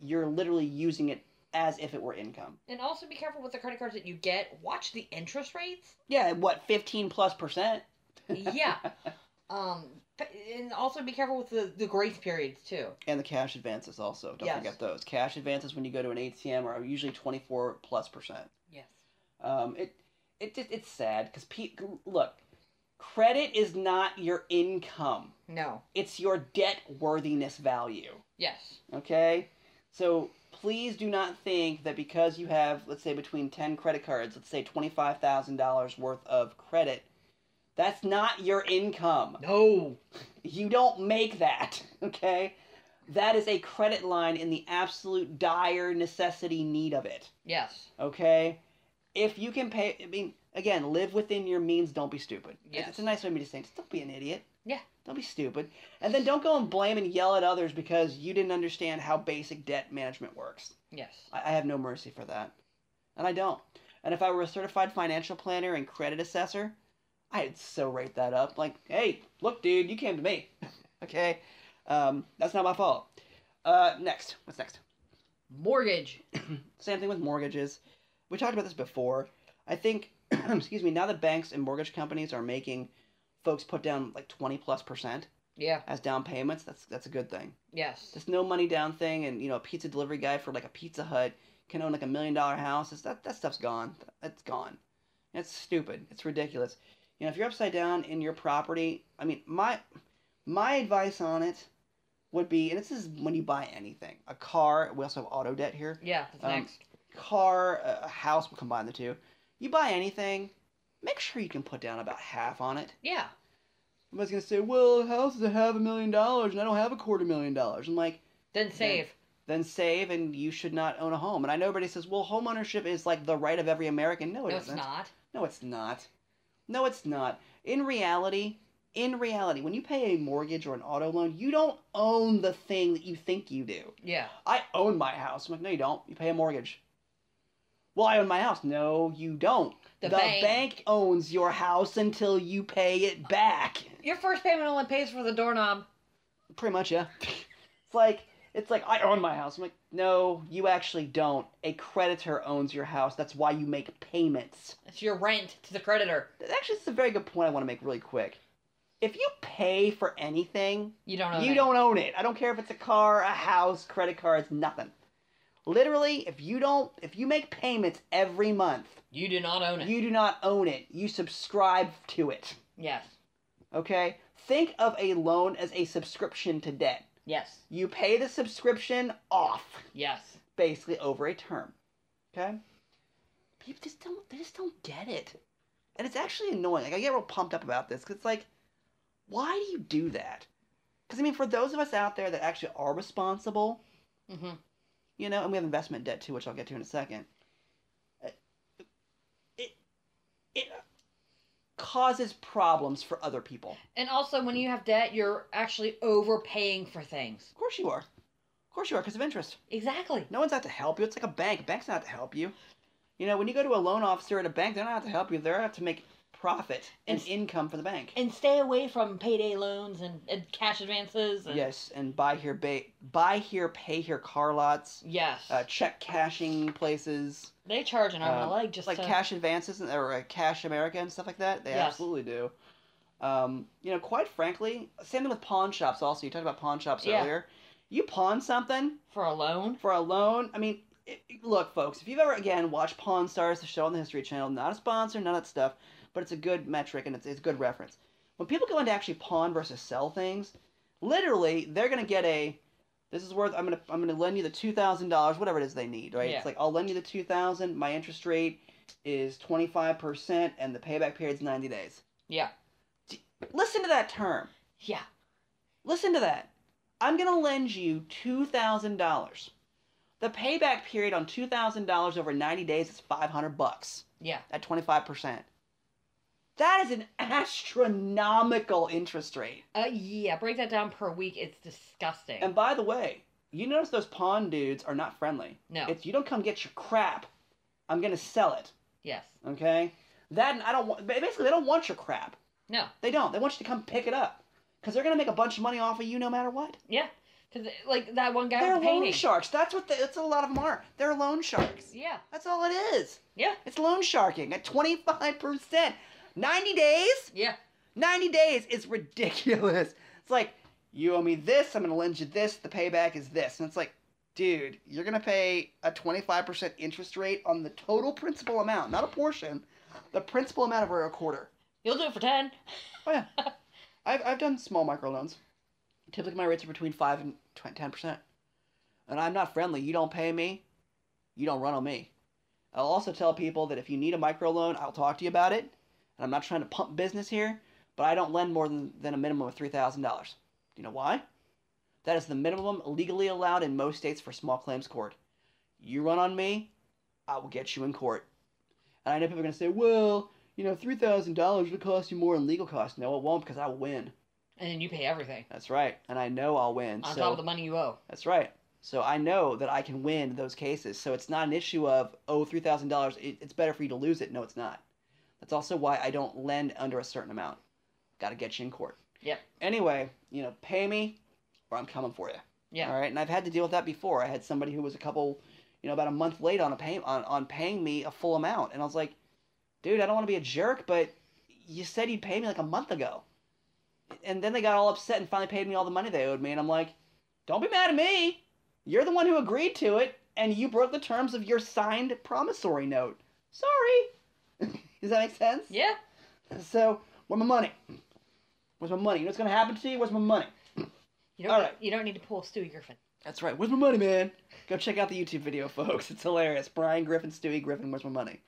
Speaker 2: you're literally using it as if it were income.
Speaker 3: And also be careful with the credit cards that you get. Watch the interest rates.
Speaker 2: Yeah, what, 15 plus percent?
Speaker 3: yeah. Um, but- and also be careful with the, the grace periods too.
Speaker 2: And the cash advances also. Don't
Speaker 3: Yes.
Speaker 2: forget those. Cash advances when you go to an ATM are usually 24 plus percent.
Speaker 3: Yes.
Speaker 2: Um, it it just it's sad because look, credit is not your income;
Speaker 3: No.
Speaker 2: it's your debt worthiness value.
Speaker 3: Yes.
Speaker 2: Okay, so please do not think that because you have let's say between ten credit cards, let's say twenty five thousand dollars worth of credit, that's not your income.
Speaker 3: No.
Speaker 2: You don't make that. Okay, that is a credit line in the absolute dire necessity need of it
Speaker 3: Yes.
Speaker 2: okay? If you can pay, I mean, again, live within your means. Don't be stupid. It's-
Speaker 3: Yes.
Speaker 2: It's a nice way of me to say, just don't be an idiot.
Speaker 3: Yeah.
Speaker 2: Don't be stupid. And then don't go and blame and yell at others because you didn't understand how basic debt management works.
Speaker 3: Yes.
Speaker 2: I, I have no mercy for that. And I don't. And if I were a certified financial planner and credit assessor, I'd so rate that up. Like, hey, look, dude, you came to me. okay? Um, that's not my fault. Uh, next. What's next?
Speaker 3: Mortgage.
Speaker 2: Same thing with mortgages. We talked about this before. I think, excuse me, now that banks and mortgage companies are making folks put down like 20 plus percent
Speaker 3: Yeah.
Speaker 2: as down payments, that's that's a good thing.
Speaker 3: Yes.
Speaker 2: This no money down thing and, you know, a pizza delivery guy for like a Pizza Hut can own like a million dollar house. It's, that, that stuff's gone. That's gone. That's stupid. It's ridiculous. You know, if you're upside down in your property, I mean, my my advice on it would be, and this is when you buy anything, a car. We also have auto debt here
Speaker 3: Yeah. That's
Speaker 2: Um,
Speaker 3: next.
Speaker 2: car, a a house, we'll combine the two. You buy anything, make sure you can put down about half on it.
Speaker 3: Yeah.
Speaker 2: I was gonna say, well, a house is a half a million dollars, and I don't have a quarter million dollars. I'm like,
Speaker 3: Then save.
Speaker 2: then save, and you should not own a home. And I know everybody says, well, home ownership is like the right of every American. No, it
Speaker 3: no, it's
Speaker 2: isn't.
Speaker 3: not.
Speaker 2: No, it's not. No, it's not. In reality, in reality, when you pay a mortgage or an auto loan, you don't own the thing that you think you do.
Speaker 3: Yeah.
Speaker 2: I own my house. I'm like, no, you don't. You pay a mortgage. Well, I own my house. No, you don't.
Speaker 3: The bank.
Speaker 2: owns your house until you pay it back.
Speaker 3: Your first payment only pays for the doorknob.
Speaker 2: Pretty much, yeah. it's like it's like I own my house. I'm like, no, you actually don't. A creditor owns your house. That's why you make payments.
Speaker 3: It's your rent to the creditor.
Speaker 2: That- Actually, it's a very good point I want to make really quick. If you pay for anything,
Speaker 3: You don't own
Speaker 2: you
Speaker 3: it.
Speaker 2: don't own it. I don't care if it's a car, a house, credit cards, nothing. Literally, if you don't, if you make payments every month,
Speaker 3: You do not own it.
Speaker 2: you do not own it. You subscribe to it.
Speaker 3: Yes.
Speaker 2: Okay? Think of a loan as a subscription to debt.
Speaker 3: Yes.
Speaker 2: You pay the subscription off
Speaker 3: Yes.
Speaker 2: basically over a term. Okay? People just don't they just don't get it. And it's actually annoying. Like I get real pumped up about this cuz it's like why do you do that? Cuz I mean for those of us out there that actually are responsible,
Speaker 3: hmm
Speaker 2: you know, and we have investment debt too, which I'll get to in a second. uh, It it causes problems for other people.
Speaker 3: And also, when you have debt, you're actually overpaying for things.
Speaker 2: Of course you are. Of course you are, because of interest.
Speaker 3: Exactly.
Speaker 2: No one's out to help you. It's like a bank. A bank's not out to help you. You know, when you go to a loan officer at a bank, they're not out to help you. They're out to make profit and
Speaker 3: It's-
Speaker 2: income for the bank.
Speaker 3: And stay away from payday loans and, and cash advances. And,
Speaker 2: Yes, and buy here, ba- buy here, pay here car lots,
Speaker 3: Yes.
Speaker 2: uh, check cashing places,
Speaker 3: they charge an arm and a
Speaker 2: uh,
Speaker 3: leg just
Speaker 2: like
Speaker 3: to-
Speaker 2: cash advances and- or uh, Cash America and stuff like that. They
Speaker 3: Yes.
Speaker 2: absolutely do. Um, you know, quite frankly, same thing with pawn shops. Also, you talked about pawn shops
Speaker 3: Yeah.
Speaker 2: earlier. You pawn something,
Speaker 3: for a loan.
Speaker 2: for a loan. I mean, it, it- look, folks, if you've ever again watched Pawn Stars, the show on the History Channel, not a sponsor, none of that stuff, but it's a good metric and it's, it's a good reference. When people go into actually pawn versus sell things, literally they're gonna get a. This is worth. I'm gonna I'm gonna lend you the two thousand dollars, whatever it is they need, right?
Speaker 3: Yeah.
Speaker 2: It's like I'll lend you the two thousand. My interest rate is twenty five percent, and the payback period's ninety days.
Speaker 3: Yeah.
Speaker 2: Listen to that term.
Speaker 3: Yeah.
Speaker 2: Listen to that. I'm going to lend you $2,000. The payback period on $2,000 over 90 days is 500 bucks
Speaker 3: Yeah.
Speaker 2: at 25%. That is an astronomical interest rate.
Speaker 3: Uh, yeah. Break that down per week. It's disgusting.
Speaker 2: And by the way, you notice those pawn dudes are not friendly.
Speaker 3: no.
Speaker 2: It's you don't come get your crap. I'm going to sell it,
Speaker 3: yes.
Speaker 2: okay? That and I don't want basically they don't want your crap.
Speaker 3: No.
Speaker 2: They don't. They want you to come pick it up cuz they're going to make a bunch of money off of you no matter what.
Speaker 3: Yeah. Because, like, that one guy
Speaker 2: They're
Speaker 3: with the
Speaker 2: loan
Speaker 3: painting.
Speaker 2: sharks. That's what. They, that's what a lot of them are. They're loan sharks.
Speaker 3: Yeah.
Speaker 2: That's all it is.
Speaker 3: Yeah.
Speaker 2: It's loan sharking at twenty five percent. Ninety days.
Speaker 3: Yeah.
Speaker 2: Ninety days is ridiculous. It's like you owe me this. I'm gonna lend you this. The payback is this, and it's like, dude, you're gonna pay a twenty five percent interest rate on the total principal amount, not a portion. The principal amount over a quarter.
Speaker 3: You'll do it for 10.
Speaker 2: Oh yeah. I've I've done small microloans. Typically, my rates are between five and ten percent. And I'm not friendly. You don't pay me, you don't run on me. I'll also tell people that if you need a microloan, I'll talk to you about it. And I'm not trying to pump business here, but I don't lend more than, than a minimum of three thousand dollars. Do you know why? That is the minimum legally allowed in most states for small claims court. You run on me, I will get you in court. And I know people are gonna say, well, you know, three thousand dollars would cost you more in legal costs. No, it won't because I will win.
Speaker 3: And then you pay everything
Speaker 2: That's right, and I know I'll win.
Speaker 3: on
Speaker 2: so
Speaker 3: top of the money you owe.
Speaker 2: that's right. So I know that I can win those cases. So it's not an issue of oh three thousand dollars. It's better for you to lose it. No, it's not. That's also why I don't lend under a certain amount. Got to get you in court.
Speaker 3: Yep.
Speaker 2: Anyway, you know, pay me, or I'm coming for you.
Speaker 3: Yeah.
Speaker 2: All right, and I've had to deal with that before. I had somebody who was a couple, you know, about a month late on a pay on, on paying me a full amount, and I was like, "Dude, I don't want to be a jerk, but you said you'd pay me like a month ago." And then they got all upset and finally paid me all the money they owed me, and I'm like, "Don't be mad at me. You're the one who agreed to it, and you broke the terms of your signed promissory note. Sorry." Does that make sense?
Speaker 3: Yeah.
Speaker 2: So, where's my money? Where's my money? You know what's gonna happen to you? Where's my money?
Speaker 3: You don't,
Speaker 2: All right.
Speaker 3: you don't need to pull Stewie Griffin.
Speaker 2: That's right. Where's my money, man? Go check out the YouTube video, folks. It's hilarious. Brian Griffin, Stewie Griffin. Where's my money?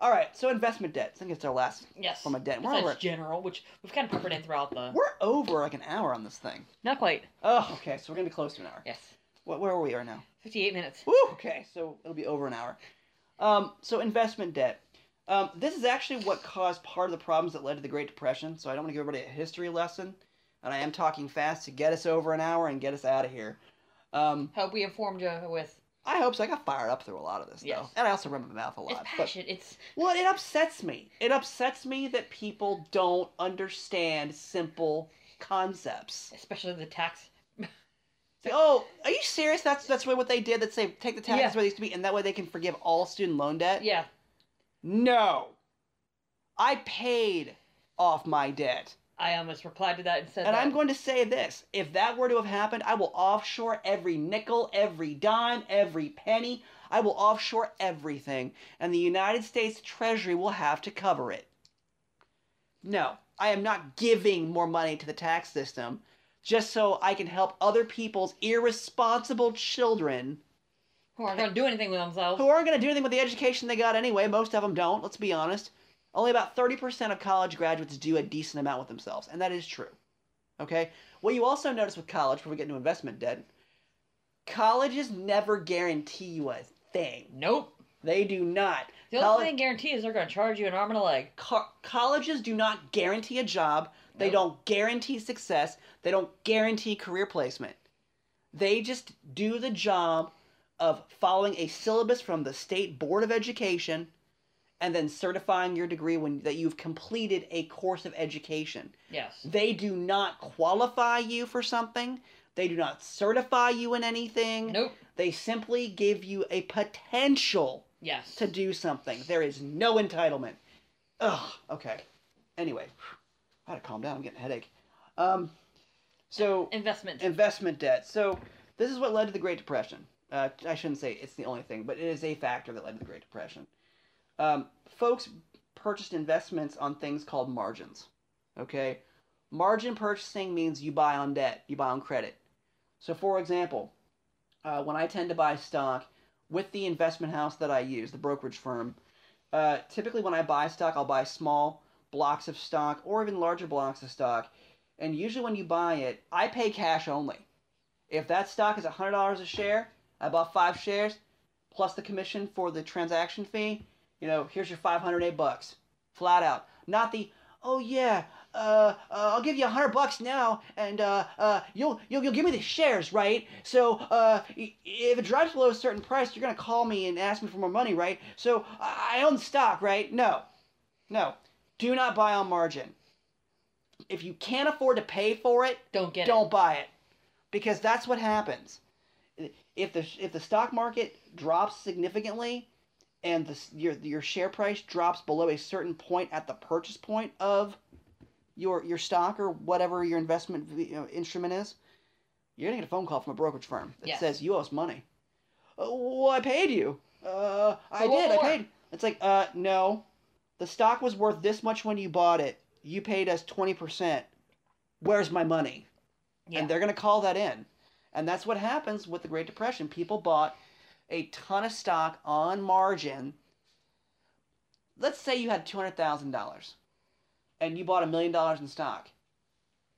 Speaker 2: All right. So investment debt. I think it's our last
Speaker 3: Yes.
Speaker 2: form of debt. We're
Speaker 3: Besides
Speaker 2: over.
Speaker 3: general, which we've kind of peppered in throughout the.
Speaker 2: We're over like an hour on this thing.
Speaker 3: Not quite.
Speaker 2: Oh, okay. So we're gonna be close to an hour.
Speaker 3: Yes.
Speaker 2: What? Where are we right now?
Speaker 3: 58 minutes.
Speaker 2: Woo, okay, so it'll be over an hour. Um, so investment debt. Um, this is actually what caused part of the problems that led to the Great Depression. So I don't want to give everybody a history lesson, and I am talking fast to get us over an hour and get us out of here. Um,
Speaker 3: Hope we informed you with.
Speaker 2: I hope so. I got fired up through a lot of this,
Speaker 3: Yes.
Speaker 2: though, and I also run my mouth a lot.
Speaker 3: It's
Speaker 2: but-
Speaker 3: passion. It's
Speaker 2: well, it upsets me. It upsets me that people don't understand simple concepts.
Speaker 3: especially the tax.
Speaker 2: It's like, oh, are you serious? That's that's what they did. That's they take the tax.
Speaker 3: Yeah.
Speaker 2: That's what they used to be, and that way they can forgive all student loan debt.
Speaker 3: Yeah.
Speaker 2: No, I paid off my debt,
Speaker 3: I almost replied to that and said
Speaker 2: and
Speaker 3: that.
Speaker 2: I'm going to say this: if that were to have happened, I will offshore every nickel, every dime, every penny. I will offshore everything, and the United States Treasury will have to cover it. No, I am not giving more money to the tax system just so I can help other people's irresponsible children
Speaker 3: who aren't going to do anything with themselves.
Speaker 2: who aren't going to do anything with the education they got anyway. Most of them don't, let's be honest. Only about 30% of college graduates do a decent amount with themselves, and that is true. Okay? What you also notice with college, before we get into investment debt, colleges never guarantee you a thing.
Speaker 3: Nope.
Speaker 2: They do not.
Speaker 3: The only
Speaker 2: Colle-
Speaker 3: thing they guarantee is they're going to charge you an arm and a leg.
Speaker 2: co- colleges do not guarantee a job. They
Speaker 3: Nope.
Speaker 2: don't guarantee success. They don't guarantee career placement. They just do the job of following a syllabus from the state board of education and then certifying your degree when that you've completed a course of education.
Speaker 3: Yes.
Speaker 2: They do not qualify you for something. They do not certify you in anything.
Speaker 3: Nope.
Speaker 2: They simply give you a potential
Speaker 3: Yes.
Speaker 2: to do something. There is no entitlement. Ugh. Okay. Anyway, I gotta calm down. I'm getting a headache. Um. So
Speaker 3: Investment.
Speaker 2: investment debt. So this is what led to the Great Depression. Uh, I shouldn't say it's the only thing, but it is a factor that led to the Great Depression. Um, folks purchased investments on things called margins. Okay, margin purchasing means you buy on debt, you buy on credit. So, for example, uh, when I tend to buy stock with the investment house that I use, the brokerage firm, uh, typically when I buy stock, I'll buy small blocks of stock or even larger blocks of stock and usually when you buy it, I pay cash only. If that stock is $100 a share, I bought five shares, plus the commission for the transaction fee, you know, here's your 508 bucks, flat out. Not the, oh yeah, uh, uh, I'll give you 100 bucks now, and uh, uh, you'll, you'll, you'll give me the shares, right? So uh, i- if it drops below a certain price, you're going to call me and ask me for more money, right? So I I own stock, right? No, no. Do not buy on margin. If you can't afford to pay for it,
Speaker 3: don't get
Speaker 2: don't buy it because that's what happens if the if the stock market drops significantly and the, s- your your share price drops below a certain point at the purchase point of your your stock or whatever your investment v- you know, instrument is you're gonna get a phone call from a brokerage firm that
Speaker 3: Yes.
Speaker 2: says you owe us money "Oh, well i paid you uh, i
Speaker 3: So what
Speaker 2: did i
Speaker 3: more?"
Speaker 2: paid it's like uh no the stock was worth this much when you bought it you paid us 20% where's my money
Speaker 3: it. Yeah.
Speaker 2: and they're going to call that in. And that's what happens with the Great Depression. People bought a ton of stock on margin. Let's say you had $200,000 and you bought a million dollars in stock.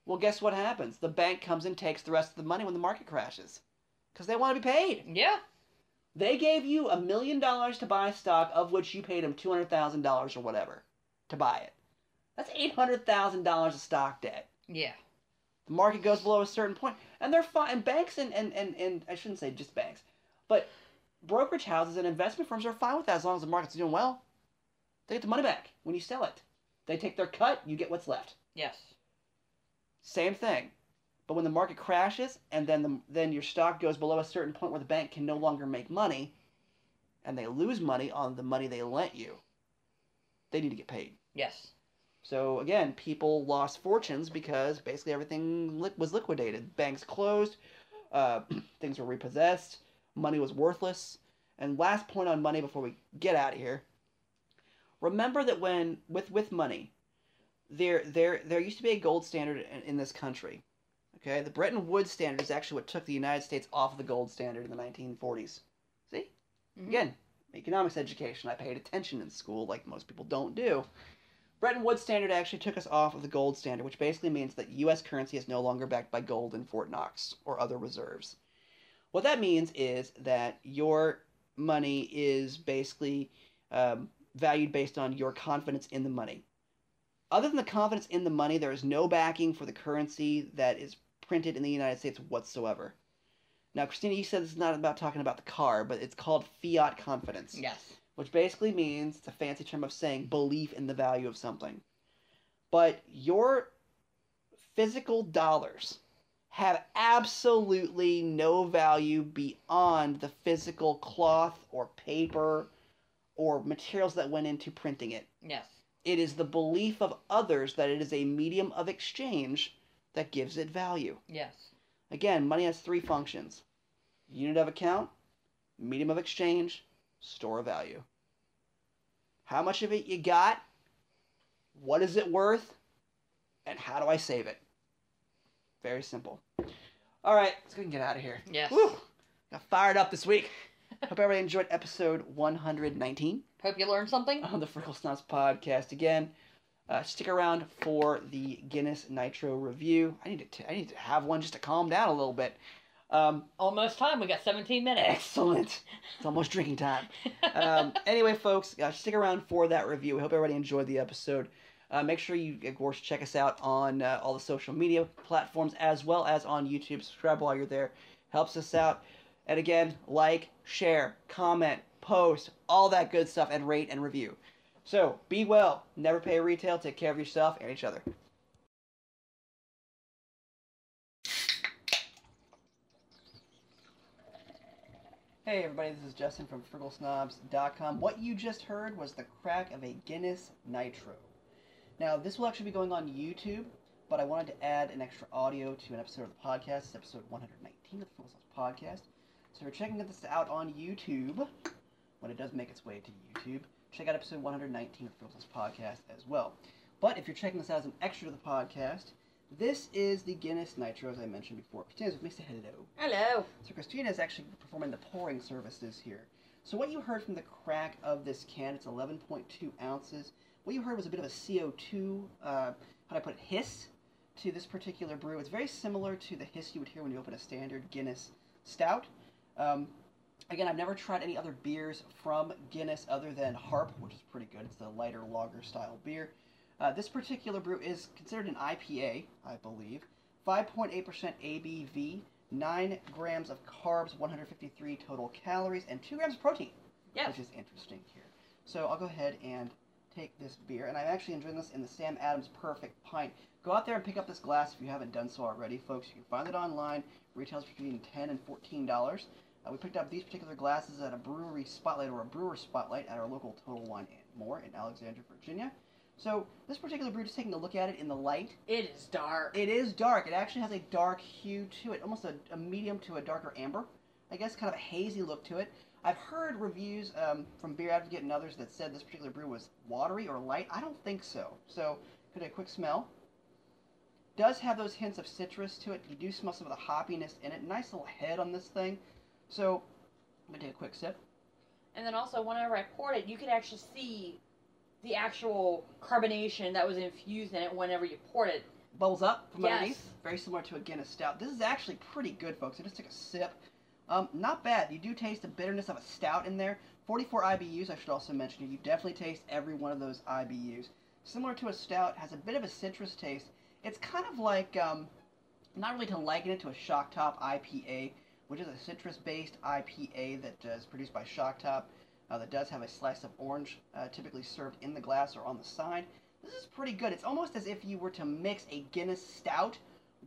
Speaker 2: Well, guess what happens? The bank comes and takes the rest of the money when the market crashes because they want to be paid.
Speaker 3: yeah.
Speaker 2: They gave you a million dollars to buy stock, of which you paid them $200,000 or whatever to buy it. That's $800,000 of stock debt
Speaker 3: Yeah.
Speaker 2: the market goes below a certain point and they're fine and banks and, and, and, and i shouldn't say just banks but brokerage houses and investment firms are fine with that as long as the market's doing well they get the money back when you sell it they take their cut you get what's left
Speaker 3: Yes.
Speaker 2: same thing but when the market crashes and then the, then your stock goes below a certain point where the bank can no longer make money and they lose money on the money they lent you they need to get paid
Speaker 3: Yes.
Speaker 2: so again, people lost fortunes because basically everything li- was liquidated. Banks closed, uh, things were repossessed, money was worthless. And last point on money before we get out of here. Remember that when with with money, there there there used to be a gold standard in, in this country. Okay, the Bretton Woods standard is actually what took the United States off of the gold standard in the 1940s. See,
Speaker 3: Mhm.
Speaker 2: again, economics education. I paid attention in school, like most people don't do. Bretton Woods standard actually took us off of the gold standard, which basically means that U.S. currency is no longer backed by gold in Fort Knox or other reserves. What that means is that your money is basically um, valued based on your confidence in the money. Other than the confidence in the money, there is no backing for the currency that is printed in the United States whatsoever. Now, Christina, you said this is not about talking about the car, but it's called fiat confidence
Speaker 3: Yes.
Speaker 2: which basically means it's a fancy term of saying belief in the value of something. But your physical dollars have absolutely no value beyond the physical cloth or paper or materials that went into printing it.
Speaker 3: Yes.
Speaker 2: It is the belief of others that it is a medium of exchange that gives it value.
Speaker 3: Yes.
Speaker 2: Again, money has three functions unit of account, medium of exchange, store of value. How much of it you got? What is it worth? And how do I save it? Very simple. All right, let's go and get out of here.
Speaker 3: Yes.
Speaker 2: Woo! Got fired up this week. Hope everybody enjoyed episode 119
Speaker 3: Hope you learned something.
Speaker 2: on the Frickle Snobs podcast again. Uh, stick around for the Guinness Nitro review. I need to t- I need to have one just to calm down a little bit. Um,
Speaker 3: Almost time. We got 17 minutes.
Speaker 2: excellent. It's almost drinking time. Um, anyway, folks, uh, stick around for that review. We hope everybody enjoyed the episode. Uh, make sure you, of course, check us out on uh, all the social media platforms as well as on YouTube. Subscribe while you're there. Helps us out. And again, like, share, comment, post, all that good stuff, and rate and review. So be well. Never pay retail. Take care of yourself and each other. Hey everybody, this is Justin from FrugalSnobs.com. What you just heard was the crack of a Guinness Nitro. Now, this will actually be going on YouTube, but I wanted to add an extra audio to an episode of the podcast. It's episode 119 of the Frugal Snobs podcast. So if you're checking this out on YouTube, when it does make its way to YouTube, check out episode 119 of the Frugal Snobs podcast as well. But if you're checking this out as an extra to the podcast, this is the Guinness Nitro, as I mentioned before. Christina's with me, say hello.
Speaker 3: Hello.
Speaker 2: So Christina is actually performing the pouring services here. So what you heard from the crack of this can, it's 11.2 ounces. What you heard was a bit of a CO2, uh, how do I put it, hiss to this particular brew. It's very similar to the hiss you would hear when you open a standard Guinness stout. Um, again, I've never tried any other beers from Guinness other than Harp, which is pretty good. It's the lighter lager style beer. Uh, this particular brew is considered an IPA, I believe. 5.8% ABV, 9 grams of carbs, 153 total calories, and 2 grams of protein,
Speaker 3: Yes.
Speaker 2: which is interesting here. So I'll go ahead and take this beer, and I'm actually enjoying this in the Sam Adams Perfect Pint. Go out there and pick up this glass if you haven't done so already, folks. You can find it online. Retails between 10 and $14. Uh, we picked up these particular glasses at a brewery spotlight or a brewer spotlight at our local Total Wine and More in Alexandria, Virginia. So this particular brew, just taking a look at it in the light,
Speaker 3: It is dark.
Speaker 2: it is dark. It actually has a dark hue to it, almost a, a medium to a darker amber, I guess, kind of a hazy look to it. I've heard reviews um, from Beer Advocate and others that said this particular brew was watery or light. I don't think so. So, could a quick smell. Does have those hints of citrus to it. You do smell some of the hoppiness in it. Nice little head on this thing. So, I'm gonna take a quick sip.
Speaker 3: And then also, whenever I poured it, you could actually see the actual carbonation that was infused in it whenever you poured it.
Speaker 2: bubbles up from
Speaker 3: Yes.
Speaker 2: underneath. Very similar to a Guinness stout. This is actually pretty good, folks. I just took a sip. Um, not bad. You do taste the bitterness of a stout in there. 44 IBUs, I should also mention. You definitely taste every one of those IBUs. Similar to a stout, has a bit of a citrus taste. It's kind of like, um, not really to liken it to a Shock Top IPA, which is a citrus based IPA that uh, is produced by Shock Top uh, that does have a slice of orange uh, typically served in the glass or on the side. This is pretty good. It's almost as if you were to mix a Guinness stout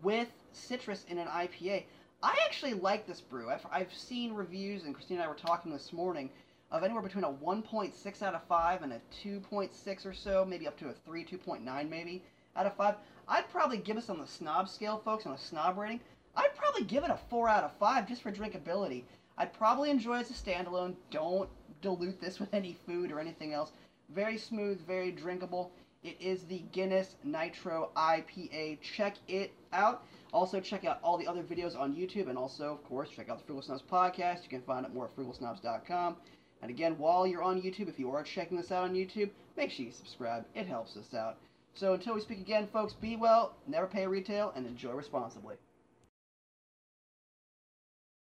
Speaker 2: with citrus in an IPA. I actually like this brew. I've, I've seen reviews, and Christine and I were talking this morning, of anywhere between a 1.6 out of 5 and a 2.6 or so, maybe up to a 3, 2.9 maybe out of 5. I'd probably give this on the snob scale, folks, on a snob rating. I'd probably give it a 4 out of 5 just for drinkability. I'd probably enjoy it as a standalone. Don't dilute this with any food or anything else. Very smooth, very drinkable. It is the Guinness Nitro IPA. Check it out. Also, check out all the other videos on YouTube, and also, of course, check out the Frugal Snobs podcast. You can find it more at frugalsnobs.com. And again, while you're on YouTube, if you are checking this out on YouTube, make sure you subscribe. It helps us out. So until we speak again, folks, be well, never pay retail, and enjoy responsibly.